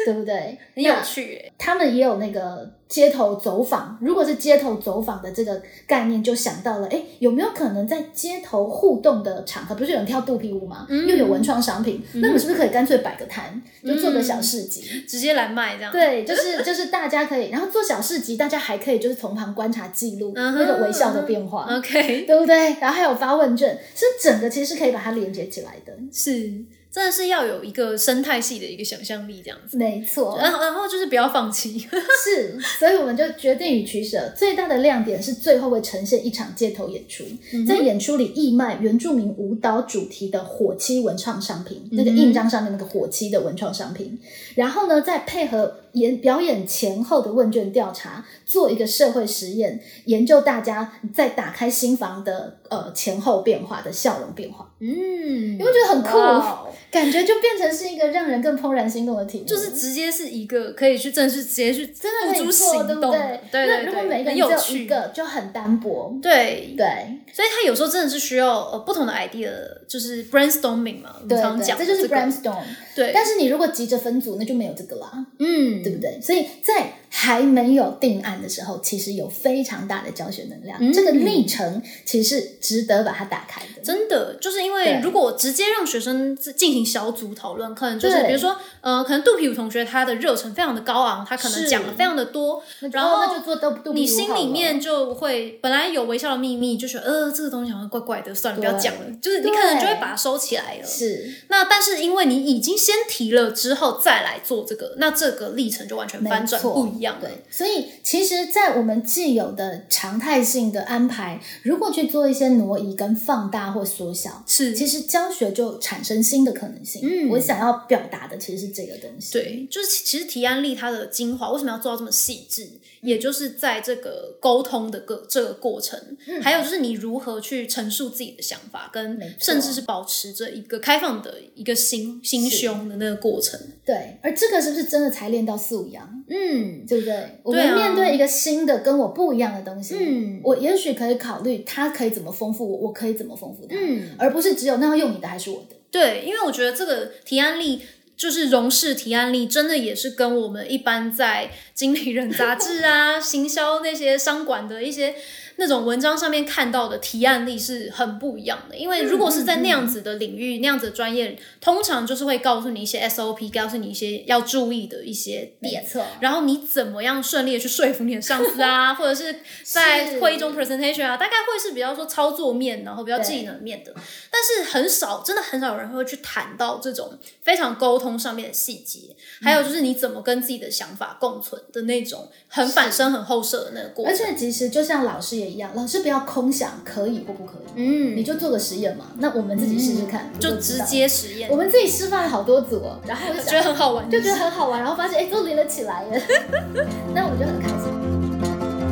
Speaker 1: 对不对？
Speaker 2: 很有趣耶？
Speaker 1: 他们也有那个街头走访，如果是街头走访的这个概念，就想到了，哎，有没有可能在街头互动的场合，不是有人跳肚皮舞吗？
Speaker 2: 嗯
Speaker 1: 又有文创商品，那我们是不是可以干脆摆个摊，就做个小
Speaker 2: 嗯
Speaker 1: 市集？
Speaker 2: 直接来卖这样，，
Speaker 1: 对，就是就是大家可以，然后做小市集，大家还可以就是从旁观察记录
Speaker 2: 嗯哼嗯
Speaker 1: 那个微笑的变化。
Speaker 2: OK，
Speaker 1: 对不对？然后还有发问卷，是整个其实是可以把它连接起来的，
Speaker 2: 是真的是要有一个生态系的一个想象力这样子，
Speaker 1: 没错。
Speaker 2: 然后然后就是不要放弃，
Speaker 1: 是，所以我们就决定与取舍。最大的亮点是最后会呈现一场街头演出，
Speaker 2: 嗯
Speaker 1: 在演出里义卖原住民舞蹈主题的火
Speaker 2: 嗯
Speaker 1: 漆文创商品，那个印章上面那个火漆的文创商品。然后呢，再配合演表演前后的问卷调查，做一个社会实验，研究大家在打开心房的呃前后变化的笑容变化，
Speaker 2: 嗯，
Speaker 1: 你会觉得很酷
Speaker 2: 哇哦
Speaker 1: 感觉就变成是一个让人更怦然心动的题目，
Speaker 2: 就是直接是一个可以去正式直接去
Speaker 1: 真
Speaker 2: 付
Speaker 1: 的可以
Speaker 2: 诸
Speaker 1: 做，
Speaker 2: 行
Speaker 1: 对不
Speaker 2: 动
Speaker 1: 对
Speaker 2: 的，？对
Speaker 1: 那
Speaker 2: 对
Speaker 1: 如
Speaker 2: 对，
Speaker 1: 果每个
Speaker 2: 很
Speaker 1: 人
Speaker 2: 有
Speaker 1: 只有
Speaker 2: 趣
Speaker 1: 一个，就很单薄。
Speaker 2: 对
Speaker 1: 对
Speaker 2: 所以他有时候真的是需要呃不同的 idea，就是 brainstorming 嘛，我
Speaker 1: 对
Speaker 2: 们常
Speaker 1: 对，
Speaker 2: 讲
Speaker 1: 这
Speaker 2: 的、
Speaker 1: 就是
Speaker 2: 个
Speaker 1: brainstorm。
Speaker 2: 对，
Speaker 1: 但是你如果急着分组，那就没有这个啦，
Speaker 2: 嗯，
Speaker 1: 对不对？所以在还没有定案的时候，其实有非常大的教学能量。
Speaker 2: 嗯
Speaker 1: 这个历程其实是值得把它打开的。
Speaker 2: 真的，就是因
Speaker 1: 对
Speaker 2: 为如果我直接让学生自进行小组讨论，可能就是
Speaker 1: 对
Speaker 2: 比如说，呃，可能肚皮舞同学他的热忱非常的高昂，他可
Speaker 1: 是
Speaker 2: 能讲的非常的多，然
Speaker 1: 哦
Speaker 2: 后
Speaker 1: 那就做都都
Speaker 2: 你心里面就会本来有微笑的秘密，就觉得呃这个东西好像怪怪的，算了不
Speaker 1: 对
Speaker 2: 要讲了，就是你
Speaker 1: 对
Speaker 2: 可能就会把它收起来了。
Speaker 1: 是
Speaker 2: 那但是因为你已经先提了之后再来做这个，那这个历程就完全
Speaker 1: 没
Speaker 2: 翻转
Speaker 1: 错
Speaker 2: 不一样了。
Speaker 1: 对，所以其实，在我们既有的常态性的安排，如果去做一些挪移、跟放大或缩小，
Speaker 2: 是，
Speaker 1: 其实教学就产生新的可能性。
Speaker 2: 嗯
Speaker 1: 我想要表达的其实是这个东西。
Speaker 2: 对，就是其其实提案力它的精华为什么要做到这么细致，也就是在这个沟通的个这个过程，还有就是你如何去陈述自己的想法，跟
Speaker 1: 嗯没错
Speaker 2: 甚至是保持着一个开放的一个心心
Speaker 1: 是
Speaker 2: 胸的那个过程。
Speaker 1: 对，而这个是不是真的才练到四五样？
Speaker 2: 嗯
Speaker 1: 对不对？我
Speaker 2: 对
Speaker 1: 们
Speaker 2: 啊
Speaker 1: 面对一个新的跟我不一样的东西，
Speaker 2: 嗯
Speaker 1: 我也许可以考虑它可以怎么丰富我，我可以怎么丰富它，
Speaker 2: 嗯，
Speaker 1: 而不是只有那要用你的还是我的。
Speaker 2: 对，因为我觉得这个提案力。就是荣氏提案力，真的也是跟我们一般在经理人杂志啊、 行销那些商管的一些那种文章上面看到的提案力是很不一样的。因为如果
Speaker 1: 嗯
Speaker 2: 是在那样子的领域、那样子的专业，通常就是会告诉你一些 SOP，告诉你一些要注意的一些点。
Speaker 1: 错，
Speaker 2: 然后你怎么样顺利的去说服你的上司 啊，或者是在
Speaker 1: 是
Speaker 2: 会议中 presentation 啊，大概会是比较说操作面，然后比较技能面的，但是很少，真的很少有人会去谈到这种非常沟通上面的细节，还有就是你怎么跟自己的想法共存的那种很反身、很后设的那个过
Speaker 1: 而
Speaker 2: 程。
Speaker 1: 且其实就像老师也一样，老师不要空想可以或不可以，
Speaker 2: 嗯，
Speaker 1: 你就做个实验嘛。那我们自己试试看，
Speaker 2: 就
Speaker 1: 知
Speaker 2: 直
Speaker 1: 道
Speaker 2: 接实验
Speaker 1: 我，们自己示范了好多组哦，然后我就
Speaker 2: 觉得
Speaker 1: 想
Speaker 2: 很好玩，
Speaker 1: 就觉得很好玩，然后发现哎都连了起来耶， 那我就很开心。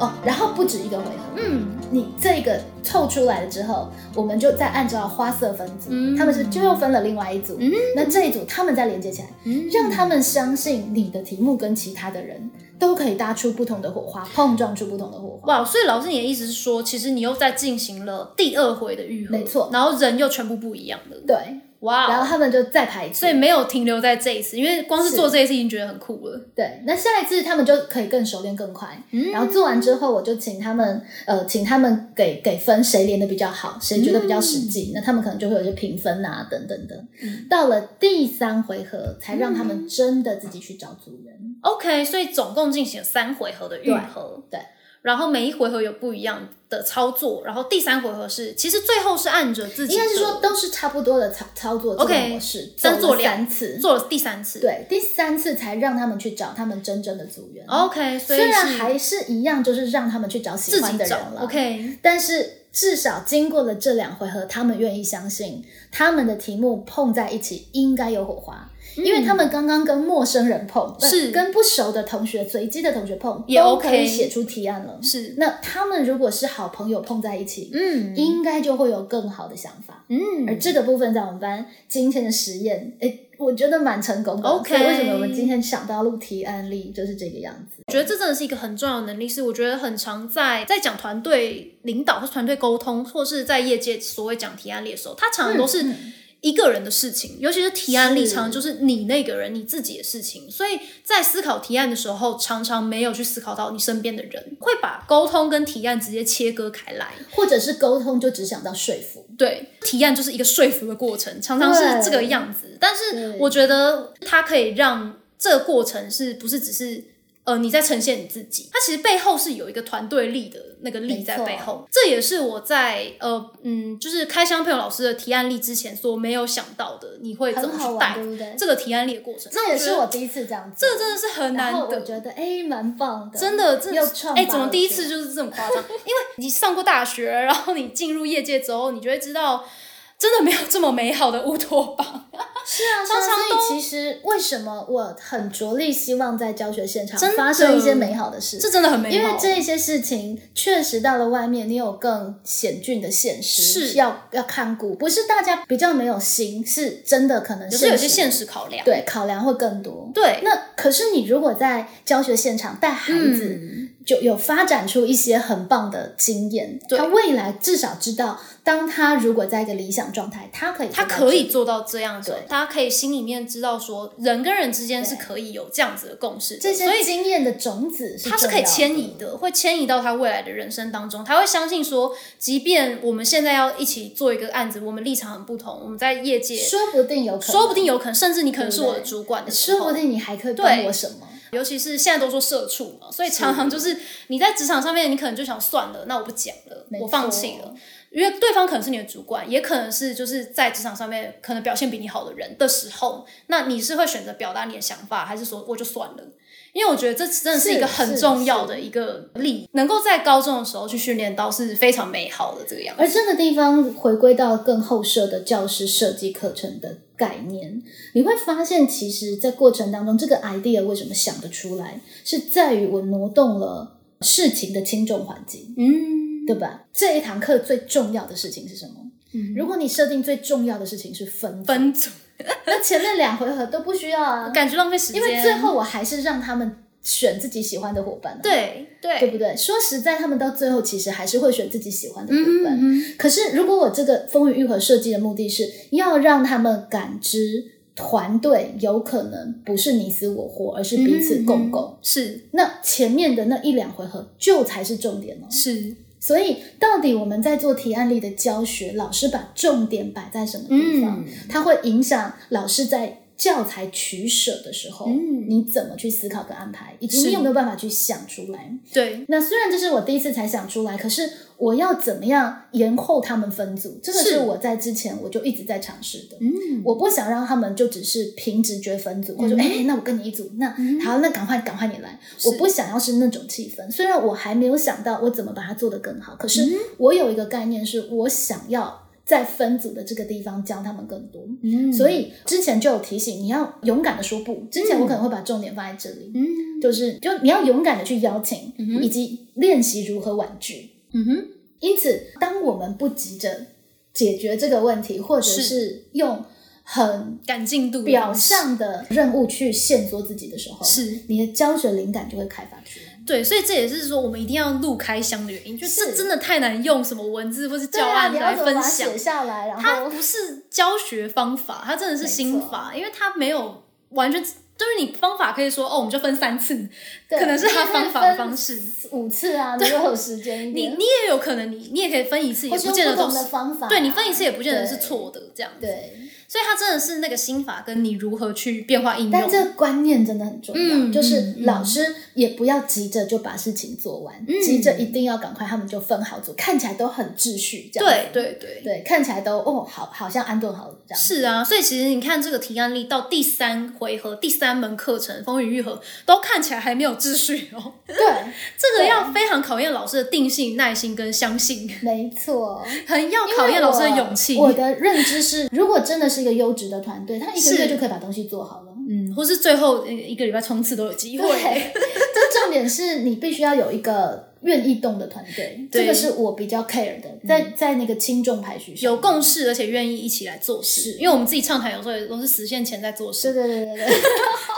Speaker 1: 哦，然后不止一个回合，
Speaker 2: 嗯，
Speaker 1: 你这个凑出来了之后，我们就再按照花色分组，
Speaker 2: 嗯
Speaker 1: 他们是就又分了另外一组，
Speaker 2: 嗯
Speaker 1: 那这一组他们再连接起来，
Speaker 2: 嗯
Speaker 1: 让他们相信你的题目跟其他的人都可以搭出不同的火花，碰撞出不同的火花。
Speaker 2: 哇，所以老师你的意思是说，其实你又在进行了第二回的愈合，
Speaker 1: 没错
Speaker 2: 然后人又全部不一样了，
Speaker 1: 对，
Speaker 2: 哇哦，
Speaker 1: 然后他们就再排一次
Speaker 2: 所以，没有停留在这一次，因为光是
Speaker 1: 是
Speaker 2: 做这一次已经觉得很酷了。
Speaker 1: 对，那下一次他们就可以更熟练、更快。
Speaker 2: 嗯
Speaker 1: 然后做完之后，我就请他们，呃，请他们给给分，谁连的比较好，谁觉得比较实
Speaker 2: 嗯
Speaker 1: 际，那他们可能就会有一些评分啊，等等等。到了第三回合，才让他
Speaker 2: 嗯
Speaker 1: 们真的自己去找主人。
Speaker 2: OK，所以总共进行了三回合的愈合，
Speaker 1: 对对
Speaker 2: 然后每一回合有不一样的操作，然后第三回合是其实最后是按着自己
Speaker 1: 应
Speaker 2: 的
Speaker 1: 该是说都是差不多的操操作这个
Speaker 2: OK，
Speaker 1: 模式，
Speaker 2: 但
Speaker 1: 走
Speaker 2: 做
Speaker 1: 了
Speaker 2: 两
Speaker 1: 三次，
Speaker 2: 做了第三次，
Speaker 1: 对，第三次才让他们去找他们真正的组员。
Speaker 2: ，OK，所以哦
Speaker 1: 虽然
Speaker 2: 是
Speaker 1: 还是一样，就是让他们去找喜
Speaker 2: 自
Speaker 1: 欢
Speaker 2: 己
Speaker 1: 的人
Speaker 2: 找
Speaker 1: 了。
Speaker 2: ，OK，
Speaker 1: 但是至少经过了这两回合，他们愿意相信他们的题目碰在一起应该有火花，因为他们刚刚跟陌生人碰，呃
Speaker 2: 嗯是
Speaker 1: 跟不熟的同学、随机的同学碰，
Speaker 2: 也
Speaker 1: 都可以
Speaker 2: OK
Speaker 1: 写出提案了。
Speaker 2: 是，
Speaker 1: 那他们如果是好朋友碰在一起，
Speaker 2: 嗯
Speaker 1: 应该就会有更好的想法。而
Speaker 2: 嗯，
Speaker 1: 这个部分在我们班今天的实验，诶，我觉得蛮成功的。
Speaker 2: OK
Speaker 1: 所以为什么我们今天想到录提案例就是这个样子？
Speaker 2: 我觉得这真的是一个很重要的能力，是我觉得很常在在讲团队领导或是团队沟通，或是在业界所谓讲提案力的时候，它常常都
Speaker 1: 嗯
Speaker 2: 是一个人的事情，尤其是提案力，
Speaker 1: 是
Speaker 2: 常常就是你那个人你自己的事情，所以在思考提案的时候，常常没有去思考到你身边的人，会把沟通跟提案直接切割开来。
Speaker 1: 或者是沟通就只想到说服，
Speaker 2: 对，提案就是一个说服的过程，常常是这个样子。但是
Speaker 1: 对
Speaker 2: 我觉得它可以让这个过程是不是只是呃你在呈现你自己？它其实背后是有一个团队力的那个
Speaker 1: 没
Speaker 2: 力在
Speaker 1: 错
Speaker 2: 背后。这也是我在呃嗯，就是开箱朋友老师的提案力之前所没有想到的，你会怎
Speaker 1: 很
Speaker 2: 么
Speaker 1: 好
Speaker 2: 去带
Speaker 1: 玩，对不对？
Speaker 2: 这个提案力的过程？
Speaker 1: 这也是
Speaker 2: 那我
Speaker 1: 我
Speaker 2: 觉得
Speaker 1: 第一次这样做，
Speaker 2: 这真的是很
Speaker 1: 然
Speaker 2: 难
Speaker 1: 后我
Speaker 2: 得。
Speaker 1: 觉得哎，蛮棒的，
Speaker 2: 真的，真的
Speaker 1: 又
Speaker 2: 是
Speaker 1: 创
Speaker 2: 哎、
Speaker 1: 拔
Speaker 2: 怎么
Speaker 1: 了
Speaker 2: 第一
Speaker 1: 是
Speaker 2: 次就是这么夸张？因为你上过大学，然后你进入业界之后，你就会知道，真的没有这么美好的乌托邦，
Speaker 1: 是啊，是
Speaker 2: 常
Speaker 1: 啊
Speaker 2: 常都
Speaker 1: 所以其实为什么我很着力希望在教学现场
Speaker 2: 真的
Speaker 1: 发生一些美好的事，
Speaker 2: 这真的很美
Speaker 1: 因
Speaker 2: 好。哦
Speaker 1: 为这些事情确实到了外面，你有更险峻的现实
Speaker 2: 是
Speaker 1: 要要看顾，不是大家比较没有心，是真的可能
Speaker 2: 有时候有
Speaker 1: 实
Speaker 2: 些现实考量，
Speaker 1: 对考量会更多。
Speaker 2: 对，
Speaker 1: 那可是你如果在教学现场带孩子，
Speaker 2: 嗯，
Speaker 1: 就有发展出一些很棒的经验，
Speaker 2: 对
Speaker 1: 他未来至少知道，当他如果在一个理想状态，他可以
Speaker 2: 他
Speaker 1: 做到
Speaker 2: 可
Speaker 1: 这
Speaker 2: 以
Speaker 1: 个
Speaker 2: 做到这样子
Speaker 1: 对，
Speaker 2: 大家可以心里面知道说，人跟人之间是
Speaker 1: 对
Speaker 2: 可以有这样子的共识的，
Speaker 1: 这
Speaker 2: 所以
Speaker 1: 些经验的种子是
Speaker 2: 他是
Speaker 1: 重
Speaker 2: 可以
Speaker 1: 要
Speaker 2: 迁移的，会迁移到他未来的人生当中。他会相信说，即便我们现在要一起做一个案子，我们立场很不同，我们在业界
Speaker 1: 说不定有可能，
Speaker 2: 说不定有可能，甚至你可能
Speaker 1: 对
Speaker 2: 是
Speaker 1: 不
Speaker 2: 我的
Speaker 1: 对啊
Speaker 2: 主管的时
Speaker 1: 说
Speaker 2: 候
Speaker 1: 不，定你还可以帮
Speaker 2: 对
Speaker 1: 我什么。
Speaker 2: 尤其是现在都说社畜嘛，所以常常就是你在职场上面，你可能就想算了，那我不讲了
Speaker 1: 没，
Speaker 2: 我放弃
Speaker 1: 错
Speaker 2: 了，因为对方可能是你的主管，也可能是就是在职场上面可能表现比你好的人的时候，那你是会选择表达你的想法，还是说我就算了？因为我觉得这真的是一个
Speaker 1: 是
Speaker 2: 很
Speaker 1: 是
Speaker 2: 重要
Speaker 1: 是
Speaker 2: 的一个力，能够在高中的时候去训练到是非常美好的这个样子。
Speaker 1: 而这个地方回归到更后设的教师设计课程的概念，你会发现，其实，在过程当中，这个 idea 为什么想得出来，是在于我挪动了事情的轻重缓急，
Speaker 2: 嗯，
Speaker 1: 对吧？这一堂课最重要的事情是什么？
Speaker 2: 嗯
Speaker 1: 如果你设定最重要的事情是分组，
Speaker 2: 分组
Speaker 1: 那前面两回合都不需要啊，
Speaker 2: 感觉浪费时间，
Speaker 1: 因为最后我还是让他们选自己喜欢的伙伴、啊，
Speaker 2: 对对
Speaker 1: 对不对？说实在，他们到最后其实还是会选自己喜欢的伙
Speaker 2: 嗯
Speaker 1: 伴。
Speaker 2: 哼嗯
Speaker 1: 可是，如果我这个风雨愈合设计的目的是要让他们感知团队有可能不是你死我活，而是
Speaker 2: 哼，
Speaker 1: 彼此共
Speaker 2: 嗯
Speaker 1: 构，
Speaker 2: 哼是
Speaker 1: 那前面的那一两回合就才是重点哦。
Speaker 2: 是
Speaker 1: 所以，到底我们在做提案力的教学，老师把重点摆在什么地方，
Speaker 2: 嗯
Speaker 1: 它会影响老师在教材取舍的时候，
Speaker 2: 嗯
Speaker 1: 你怎么去思考跟安排，以及
Speaker 2: 是
Speaker 1: 你有没有办法去想出来。
Speaker 2: 对
Speaker 1: 那虽然这是我第一次才想出来，可是我要怎么样延后他们分组？这个
Speaker 2: 是
Speaker 1: 是我在之前我就一直在尝试的。
Speaker 2: 嗯
Speaker 1: 我不想让他们就只是凭直觉分组，或者说
Speaker 2: 嗯
Speaker 1: 哎、那我跟你一组，那、
Speaker 2: 嗯
Speaker 1: 好，那赶快赶快你来。
Speaker 2: 是
Speaker 1: 我不想要是那种气氛。虽然我还没有想到我怎么把它做得更好，可是
Speaker 2: 嗯
Speaker 1: 我有一个概念，是我想要在分组的这个地方教他们更多。
Speaker 2: 嗯
Speaker 1: 所以之前就有提醒，你要勇敢的说不。之前我可能会把重点放在这里，
Speaker 2: 嗯
Speaker 1: 就是就你要勇敢的去邀请，
Speaker 2: 嗯哼
Speaker 1: 以及练习如何婉拒。
Speaker 2: 嗯哼
Speaker 1: 因此，当我们不急着解决这个问题，或者
Speaker 2: 是
Speaker 1: 是用很
Speaker 2: 赶进度的
Speaker 1: 表
Speaker 2: 方式
Speaker 1: 象的任务去限缩自己的时候，
Speaker 2: 是
Speaker 1: 你的教学灵感就会开发出来。
Speaker 2: 对，所以这也是说我们一定要录开箱的原因，就是
Speaker 1: 是
Speaker 2: 这真的太难用什么文字或是
Speaker 1: 对
Speaker 2: 教
Speaker 1: 啊，
Speaker 2: 案
Speaker 1: 你要
Speaker 2: 来
Speaker 1: 怎么
Speaker 2: 分
Speaker 1: 把它
Speaker 2: 享
Speaker 1: 写，哦下来？然
Speaker 2: 它
Speaker 1: 后
Speaker 2: 不是教学方法，它真的是心法，因为它没有完全就是你方法可以说哦，我们就分三次，
Speaker 1: 对
Speaker 2: 可能是它方法
Speaker 1: 你可以
Speaker 2: 的
Speaker 1: 分
Speaker 2: 方式。
Speaker 1: 五次啊，如果有时间一
Speaker 2: 你
Speaker 1: 点，
Speaker 2: 你也有可能你你也可以分一次，也
Speaker 1: 或是
Speaker 2: 不
Speaker 1: 用
Speaker 2: 见得
Speaker 1: 不
Speaker 2: 都
Speaker 1: 同的
Speaker 2: 是。
Speaker 1: 方法啊，
Speaker 2: 对你分一次也不见得是
Speaker 1: 对。
Speaker 2: 错的，这样子。
Speaker 1: 对，
Speaker 2: 所以它真的是那个心法跟你如何去变化应用。
Speaker 1: 但这个观念真的很重要，
Speaker 2: 嗯
Speaker 1: 就是
Speaker 2: 嗯嗯
Speaker 1: 老师也不要急着就把事情做完，急着一定要赶快，他们就分好组，看起来都很秩序，这样
Speaker 2: 对
Speaker 1: 子
Speaker 2: 对对，
Speaker 1: 对，看起来都哦，好，好像安顿好了这样。
Speaker 2: 是啊，所以其实你看这个提案力到第三回合、第三门课程《风雨愈合》，都看起来还没有秩序 哦。
Speaker 1: 对，
Speaker 2: 这个要非常考验老师的定性、耐心跟相信，
Speaker 1: 没错。
Speaker 2: 很要 考验老师的勇气，
Speaker 1: 我。我的认知是，如果真的是一个优质的团队，他一个
Speaker 2: 是
Speaker 1: 月就可以把东西做好了。
Speaker 2: 嗯，或是最后呃一个礼拜冲刺都有机会。
Speaker 1: 对， 这重点是你必须要有一个愿意动的团队，
Speaker 2: 对嗯
Speaker 1: 这个是我比较 care 的，在在那个轻重排序上
Speaker 2: 有。共识，而且愿意一起来做事，因为我们自己畅谈有时候也都是实现前在做
Speaker 1: 对
Speaker 2: 事，
Speaker 1: 对对 对对，
Speaker 2: 就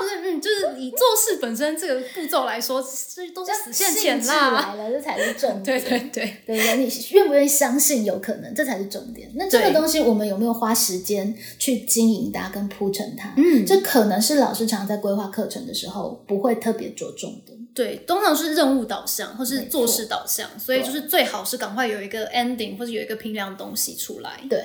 Speaker 2: 是嗯，就是以做事本身这个步骤来说，这都是实现前
Speaker 1: 兴致
Speaker 2: 啦。
Speaker 1: 来了，这才是重点。
Speaker 2: 对对对，
Speaker 1: 对不对？你愿不愿意相信有可能，这才是重点。那这
Speaker 2: 对
Speaker 1: 个东西，我们有没有花时间去经营它跟铺陈它？
Speaker 2: 嗯
Speaker 1: 这可能是老师常在规划课程的时候不会特别着重的。
Speaker 2: 对，通常是任务导向或是
Speaker 1: 没
Speaker 2: 做
Speaker 1: 错
Speaker 2: 事导向，所以就是最好是赶快有一个 ending 或者有一个评量的东西出来。
Speaker 1: 对，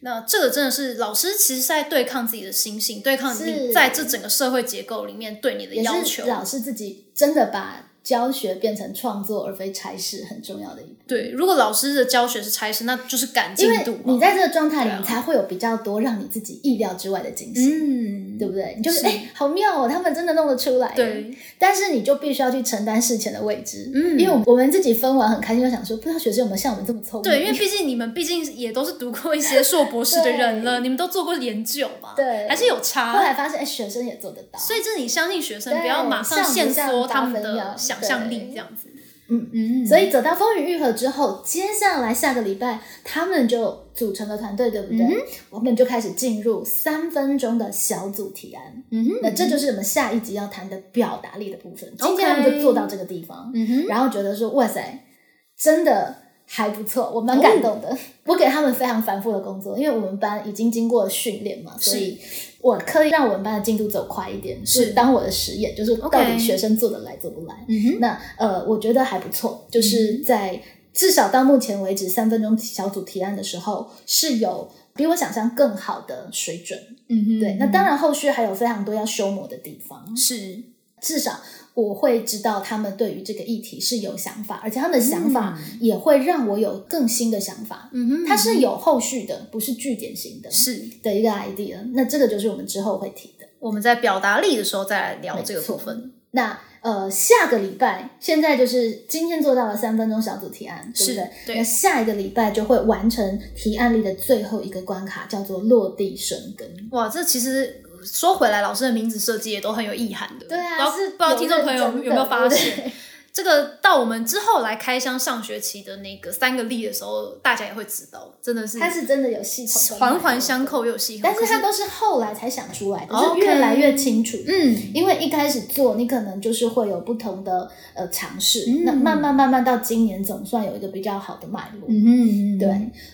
Speaker 2: 那这个真的是老师其实是在对抗自己的心性，对抗你
Speaker 1: 是
Speaker 2: 在这整个社会结构里面对你的
Speaker 1: 也
Speaker 2: 要
Speaker 1: 是
Speaker 2: 求。
Speaker 1: 老师自己真的把教学变成创作而非差事很重要的一步。
Speaker 2: 对，如果老师的教学是差事，那就是赶
Speaker 1: 因
Speaker 2: 进
Speaker 1: 为
Speaker 2: 度嘛。
Speaker 1: 你在这个状态
Speaker 2: 对
Speaker 1: 里，
Speaker 2: 啊
Speaker 1: 你才会有比较多让你自己意料之外的惊喜。
Speaker 2: 嗯，
Speaker 1: 对不对？你就是
Speaker 2: 是
Speaker 1: 哎、好妙哦，他们真的弄得出来。，
Speaker 2: 对，
Speaker 1: 但是你就必须要去承担事前的未知，
Speaker 2: 嗯
Speaker 1: 因为我们我们自己分完很开心，就想说，不知道学生有没有像我们这么聪明？
Speaker 2: 对，因为毕竟你们毕竟也都是读过一些硕博士的人了，你们都做过研究嘛，
Speaker 1: 对
Speaker 2: 还是有
Speaker 1: 后
Speaker 2: 差。
Speaker 1: 来发现，哎、学生也做得到。
Speaker 2: 所以这你相信学生，
Speaker 1: 对
Speaker 2: 不要马上
Speaker 1: 像不
Speaker 2: 限
Speaker 1: 像
Speaker 2: 缩他
Speaker 1: 八
Speaker 2: 们
Speaker 1: 分
Speaker 2: 的
Speaker 1: 样
Speaker 2: 想象力，
Speaker 1: 对
Speaker 2: 这样子。
Speaker 1: 嗯
Speaker 2: 嗯
Speaker 1: 所以走到风雨愈合之后，接下来下个礼拜他们就组成了团队，对不对？
Speaker 2: 嗯哼
Speaker 1: 我们就开始进入三分钟的小组提案。
Speaker 2: 嗯哼
Speaker 1: 那这就是我们下一集要谈的表达力的部分。
Speaker 2: OK
Speaker 1: 今天他们就做到这个地方，
Speaker 2: 嗯哼，
Speaker 1: 然后觉得说哇塞，真的还不错，我蛮感动的。
Speaker 2: 哦
Speaker 1: 我给他们非常繁复的工作，因为我们班已经经过了训练嘛，所以我刻意让我们班的进度走快一点，
Speaker 2: 是
Speaker 1: 是当我的实验，就是到
Speaker 2: OK
Speaker 1: 底学生做得来做不来。
Speaker 2: 嗯哼，
Speaker 1: 那呃，我觉得还不错，就是在、至少到目前为止三分钟小组提案的时候是有。比我想象更好的水准，
Speaker 2: 嗯哼，
Speaker 1: 对。那当然，后续还有非常多要修磨的地方。
Speaker 2: 是
Speaker 1: 至少我会知道他们对于这个议题是有想法，而且他们的想法也会让我有更新的想法。
Speaker 2: 嗯哼，
Speaker 1: 它是有后续的，不是据点型的
Speaker 2: 是
Speaker 1: 的一个 idea。那这个就是我们之后会提的。
Speaker 2: 我们在表达力的时候再来聊哦这个
Speaker 1: 没错
Speaker 2: 部分。
Speaker 1: 那呃，下个礼拜现在就是今天做到了三分钟小组提案，对不
Speaker 2: 是
Speaker 1: 对？
Speaker 2: 对
Speaker 1: 那下一个礼拜就会完成提案力的最后一个关卡，叫做落地生根。
Speaker 2: 哇，这其实说回来，老师的名字设计也都很有意涵的。
Speaker 1: 对啊，
Speaker 2: 不知道
Speaker 1: 是
Speaker 2: 不知道听众朋友
Speaker 1: 认真的
Speaker 2: 有没有发？
Speaker 1: 对
Speaker 2: 现
Speaker 1: 不，对
Speaker 2: 这个到我们之后来开箱上学期的那个三个例的时候，大家也会知道，真的是
Speaker 1: 它是真的有系统的脉络，
Speaker 2: 环环相扣又有系统。
Speaker 1: 但是它
Speaker 2: 可
Speaker 1: 都是后来才想出来的，
Speaker 2: OK
Speaker 1: 是越来越清楚。
Speaker 2: 嗯，
Speaker 1: 因为一开始做，你可能就是会有不同的呃尝试，
Speaker 2: 嗯
Speaker 1: 那慢慢慢慢到今年总算有一个比较好的脉络。
Speaker 2: 嗯嗯
Speaker 1: 对，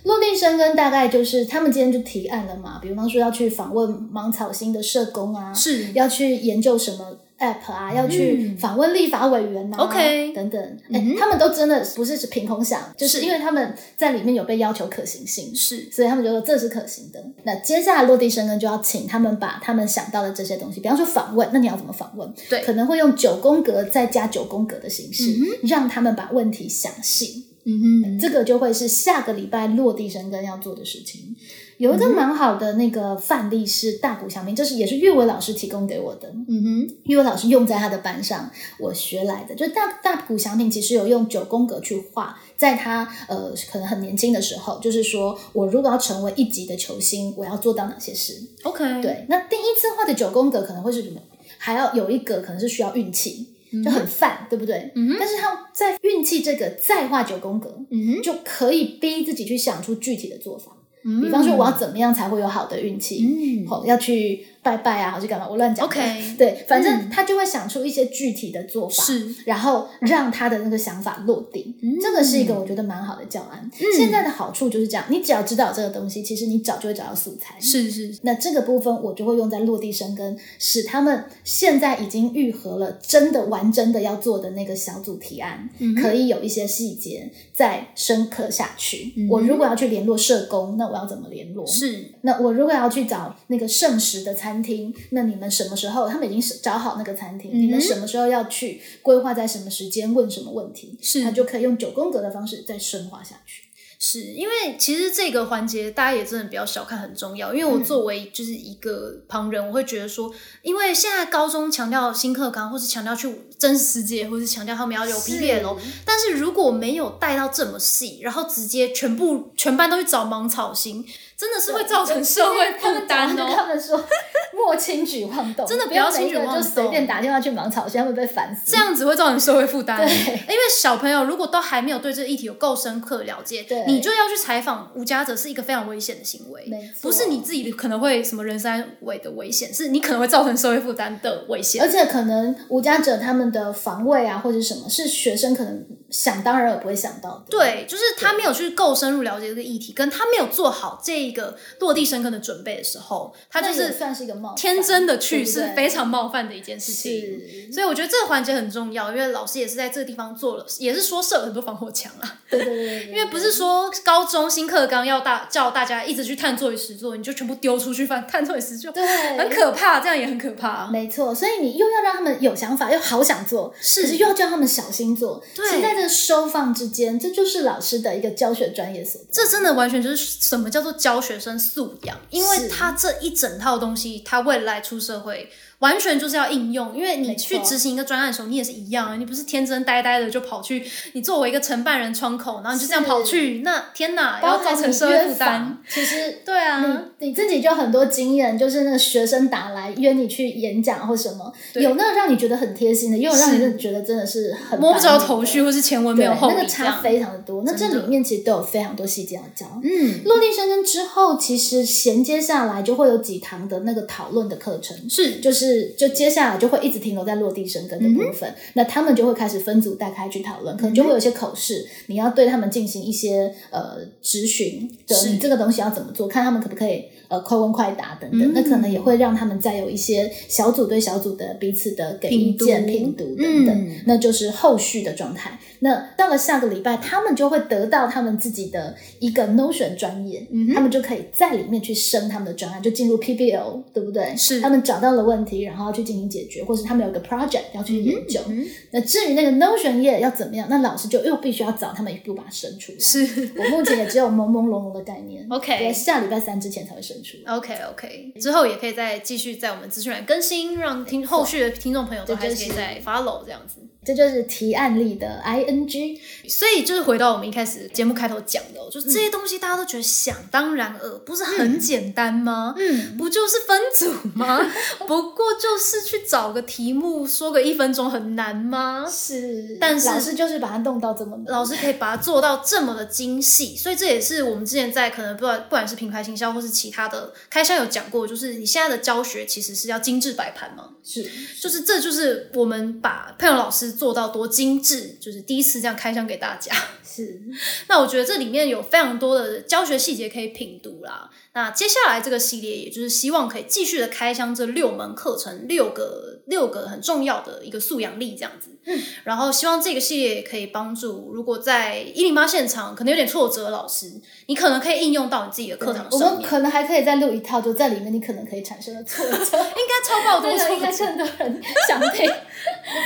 Speaker 1: 落地生根大概就是他们今天就提案了嘛，比方说要去访问芒草星的社工啊，
Speaker 2: 是嗯
Speaker 1: 要去研究什么 app 啊，要去访问立法委员呐、啊
Speaker 2: OK
Speaker 1: 等等，哎、
Speaker 2: 嗯哼
Speaker 1: 他们都真的不是凭空想，就是
Speaker 2: 是
Speaker 1: 因为他们在里面有被要求可行性，
Speaker 2: 是
Speaker 1: 所以他们觉得这是可行的。那接下来落地生根就要请他们把他们想到的这些东西，比方说访问，那你要怎么访问？
Speaker 2: 对
Speaker 1: 可能会用九宫格再加九宫格的形式，让他们把问题详细。
Speaker 2: 嗯哼
Speaker 1: 这个就会是下个礼拜落地生根要做的事情。有一个蛮好的那个范例是大谷翔平，这是也是岳伟老师提供给我的。
Speaker 2: 嗯哼
Speaker 1: 岳伟老师用在他的班上，我学来的。就大大谷翔平其实有用九宫格去画，在他呃可能很年轻的时候，就是说我如果要成为一级的球星，我要做到哪些事？
Speaker 2: OK
Speaker 1: 对，那第一次画的九宫格可能会是什么？还要有一格可能是需要运气，就很泛，对不对？
Speaker 2: 嗯哼
Speaker 1: 但是他在运气这个再画九宫格，
Speaker 2: 嗯哼
Speaker 1: 就可以逼自己去想出具体的做法。
Speaker 2: 嗯
Speaker 1: 比方说，我要怎么样才会有好的运气？
Speaker 2: 嗯
Speaker 1: 好、要去拜拜啊，或去干嘛？我乱讲的。
Speaker 2: OK
Speaker 1: 对，反正
Speaker 2: 嗯
Speaker 1: 他就会想出一些具体的做法，
Speaker 2: 是嗯
Speaker 1: 然后让他的那个想法落地。这个是一个我觉得蛮好的教案。现在的好处就是这样，你只要知道这个东西，其实你早就会找到素材。。
Speaker 2: 是是
Speaker 1: 那这个部分我就会用在落地生根，使他们现在已经愈合了，真的完真的要做的那个小组提案，
Speaker 2: 嗯哼
Speaker 1: 可以有一些细节再深刻下去。
Speaker 2: 嗯哼
Speaker 1: 我如果要去联络社工，那我要怎么联络？
Speaker 2: 是
Speaker 1: 那我如果要去找那个圣食的餐厅，那你们什么时候？他们已经找好那个餐厅，
Speaker 2: 嗯哼
Speaker 1: 你们什么时候要去？规划在什么时间？问什么问题？
Speaker 2: 是
Speaker 1: 他就可以用九宫格的方式再深化下去。
Speaker 2: 是，因为其实这个环节大家也真的不要小看，很重要。因
Speaker 1: 嗯
Speaker 2: 为我作为就是一个旁人，我会觉得说，因为现在高中强调新课纲，或是强调去真实世界，或是强调他们要有
Speaker 1: 是
Speaker 2: PBL，但是如果没有带到这么细，然后直接全部全班都去找芒草心，真的是会造成社会
Speaker 1: 他
Speaker 2: 负
Speaker 1: 们打
Speaker 2: 担
Speaker 1: 跟
Speaker 2: 哦。
Speaker 1: 他们说莫轻举妄动，
Speaker 2: 真的不
Speaker 1: 不要
Speaker 2: 要轻
Speaker 1: 每一
Speaker 2: 举
Speaker 1: 个
Speaker 2: 妄
Speaker 1: 就随
Speaker 2: 动
Speaker 1: 便打电话去芒草，现在会被烦死。
Speaker 2: 这样子会造成社会负担，因
Speaker 1: 对
Speaker 2: 为小朋友如果都还没有对这议题有够深刻了解
Speaker 1: 对，
Speaker 2: 你就要去采访无家者是一个非常危险的行为。
Speaker 1: 没错
Speaker 2: 不是你自己可能会什么人身安危的危险，是你可能会造成社会负担的危险。
Speaker 1: 而且可能无家者他们的防卫啊，或者什么，是学生可能想当然也不会想到的。
Speaker 2: 对，就是他没有去够深入了解这个议题，跟他没有做好这个落地生根的准备的时候，他
Speaker 1: 那
Speaker 2: 就
Speaker 1: 也
Speaker 2: 是
Speaker 1: 算是一个冒犯
Speaker 2: 天真的
Speaker 1: 对
Speaker 2: 去
Speaker 1: 不
Speaker 2: 是
Speaker 1: 对
Speaker 2: 非常冒犯的一件事情。
Speaker 1: 是，
Speaker 2: 所以我觉得这个环节很重要，因为老师也是在这个地方做了，也是说设了很多防火墙啊。
Speaker 1: 对对对对，因
Speaker 2: 因为不是说高中新课纲要大叫大家一直去探作与实作，你就全部丢出去翻探作与实作，
Speaker 1: 对
Speaker 2: 很可怕，这样也很可怕。
Speaker 1: 没错，所以你又要让他们有想法，又好想做，
Speaker 2: 是
Speaker 1: 可是又要叫他们小心做。
Speaker 2: 对
Speaker 1: 其实在这个收放之间，这就是老师的一个教学专业所在。
Speaker 2: 呃这真的完全就是什么叫做教教学生素养，因为
Speaker 1: 是
Speaker 2: 他这一整套东西，他未来出社会完全就是要应用。因为你
Speaker 1: 没
Speaker 2: 去
Speaker 1: 错
Speaker 2: 执行一个专案的时候，你也是一样啊，你不是天真呆呆的就跑去，你作为一个承办人窗口，然后你就这样
Speaker 1: 是
Speaker 2: 跑去，那天哪，
Speaker 1: 包
Speaker 2: 要造
Speaker 1: 含
Speaker 2: 成
Speaker 1: 你
Speaker 2: 社会
Speaker 1: 约
Speaker 2: 负担。
Speaker 1: 访，其实
Speaker 2: 对啊，
Speaker 1: 你你自己就很多经验，就是那个学生打来约你去演讲或什么，
Speaker 2: 对
Speaker 1: 有那个让你觉得很贴心的，也有让你
Speaker 2: 是
Speaker 1: 真的觉得真的是很
Speaker 2: 摸不着
Speaker 1: 把你
Speaker 2: 头绪，
Speaker 1: 的，
Speaker 2: 或是前文没
Speaker 1: 对，
Speaker 2: 有后理
Speaker 1: 那
Speaker 2: 这
Speaker 1: 个
Speaker 2: 样，
Speaker 1: 差非常的多。那这
Speaker 2: 真的
Speaker 1: 里面其实都有非常多细节要教。
Speaker 2: 嗯，
Speaker 1: 落地生根之后，其实衔接下来就会有几堂的那个讨论的课程，
Speaker 2: 是嗯
Speaker 1: 就是就接下来就会一直停留在落地生根的部分，那他们就会开始分组带开去讨论，可能就会有一些口试，你要对他们进行一些呃质询，的
Speaker 2: 是
Speaker 1: 你这个东西要怎么做，看他们可不可以呃快问快答等等，
Speaker 2: 嗯
Speaker 1: 那可能也会让他们再有一些小组对小组的彼此的给意
Speaker 2: 品读
Speaker 1: 见、品读等等，
Speaker 2: 嗯
Speaker 1: 那就是后续的状态。那到了下个礼拜，他们就会得到他们自己的一个 Notion 专业，
Speaker 2: 嗯哼
Speaker 1: 他们就可以在里面去升他们的专案，就进入 PBL，对不对？
Speaker 2: 是
Speaker 1: 他们找到了问题，然后去进行解决，或是他们有个 project 要去研究。
Speaker 2: 嗯
Speaker 1: 那至于那个 Notion 页要怎么样，那老师就又必须要找他们一步把它生出来。
Speaker 2: 是
Speaker 1: 我目前也只有朦朦胧胧的概 念
Speaker 2: OK
Speaker 1: 对下礼拜三之前才会生出来。
Speaker 2: OK OK，之后也可以再继续在我们资讯栏更新，让听后续的听众朋友都
Speaker 1: 这
Speaker 2: 还
Speaker 1: 就是
Speaker 2: 可以再 follow 这样子。
Speaker 1: 这就是提案例的 ing，
Speaker 2: 所以就是回到我们一开始节目开头讲的、哦，就是这些东西大家都觉得想当然尔，不是很简单吗？
Speaker 1: 嗯，
Speaker 2: 不就是分组吗？ 不过就是去找个题目说个一分钟很难吗？
Speaker 1: 是，
Speaker 2: 但是
Speaker 1: 老师就是把它弄到这么难。
Speaker 2: 老师可以把它做到这么的精细，所以这也是我们之前在可能不管不管是品牌行销或是其他的开销有讲过，就是你现在的教学其实是要精致摆盘嘛，
Speaker 1: 是，
Speaker 2: 就是这就是我们把佩蓉老师做到多精致，就是第一次这样开箱给大家。
Speaker 1: 是
Speaker 2: 那我觉得这里面有非常多的教学细节可以品读啦。那接下来这个系列，也就是希望可以继续的开箱这六门课程，六个六个很重要的一个素养力这样子。
Speaker 1: 嗯，
Speaker 2: 然后希望这个系列也可以帮助，如果在一零八现场可能有点挫折，的老师你可能可以应用到你自己的课堂
Speaker 1: 我
Speaker 2: 上
Speaker 1: 们
Speaker 2: 面，
Speaker 1: 可能还可以再录一套，就在里面你可能可以产生的 挫折。
Speaker 2: 应该超爆多
Speaker 1: 对的，啊
Speaker 2: 挫
Speaker 1: 应该
Speaker 2: 折。
Speaker 1: 是很多人想听。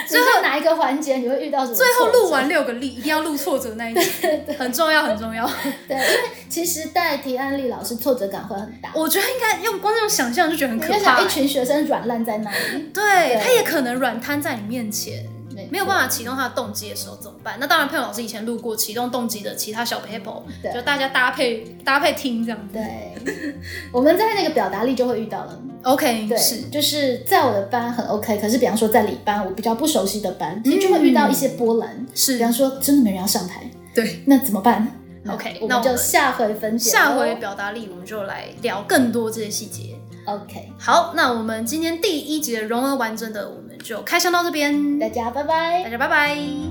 Speaker 1: 最后哪一个环节你会遇到什么挫
Speaker 2: 最
Speaker 1: 折？
Speaker 2: 后录完六个力，一定要录挫折那一 集，很重要，很重要。
Speaker 1: 对，因为其实带提案例老师挫折感会很大。
Speaker 2: 我觉得应该用光这种想象就觉得很
Speaker 1: 你
Speaker 2: 可
Speaker 1: 就
Speaker 2: 怕、
Speaker 1: 想一群学生软烂在那里，
Speaker 2: 对
Speaker 1: 对
Speaker 2: 他也可能软瘫在你面前，
Speaker 1: 没
Speaker 2: 没有办法启动他的动机的时候怎么办？那当然，佩蓉老师以前录过启动动机的其他小 paper，
Speaker 1: 对
Speaker 2: 就大家搭配搭配听这样子。
Speaker 1: 对，我们在那个表达力就会遇到了。
Speaker 2: OK，
Speaker 1: 对，
Speaker 2: 是
Speaker 1: 就是在我的班很 OK，可是比方说在里班我比较不熟悉的班，其实就会遇到一些波澜。比
Speaker 2: 是
Speaker 1: 方，说真的没人要上台，
Speaker 2: 对。
Speaker 1: 那怎么办
Speaker 2: OK，
Speaker 1: 我
Speaker 2: 那
Speaker 1: 们
Speaker 2: 我
Speaker 1: 就
Speaker 2: 们
Speaker 1: 下回分解咯。
Speaker 2: 下回表达力我们就来聊更多这些细节。
Speaker 1: OK，
Speaker 2: 好，那我们今天第一集的融合完整的我们就开箱到这边
Speaker 1: 大，家拜拜
Speaker 2: 大。家拜拜。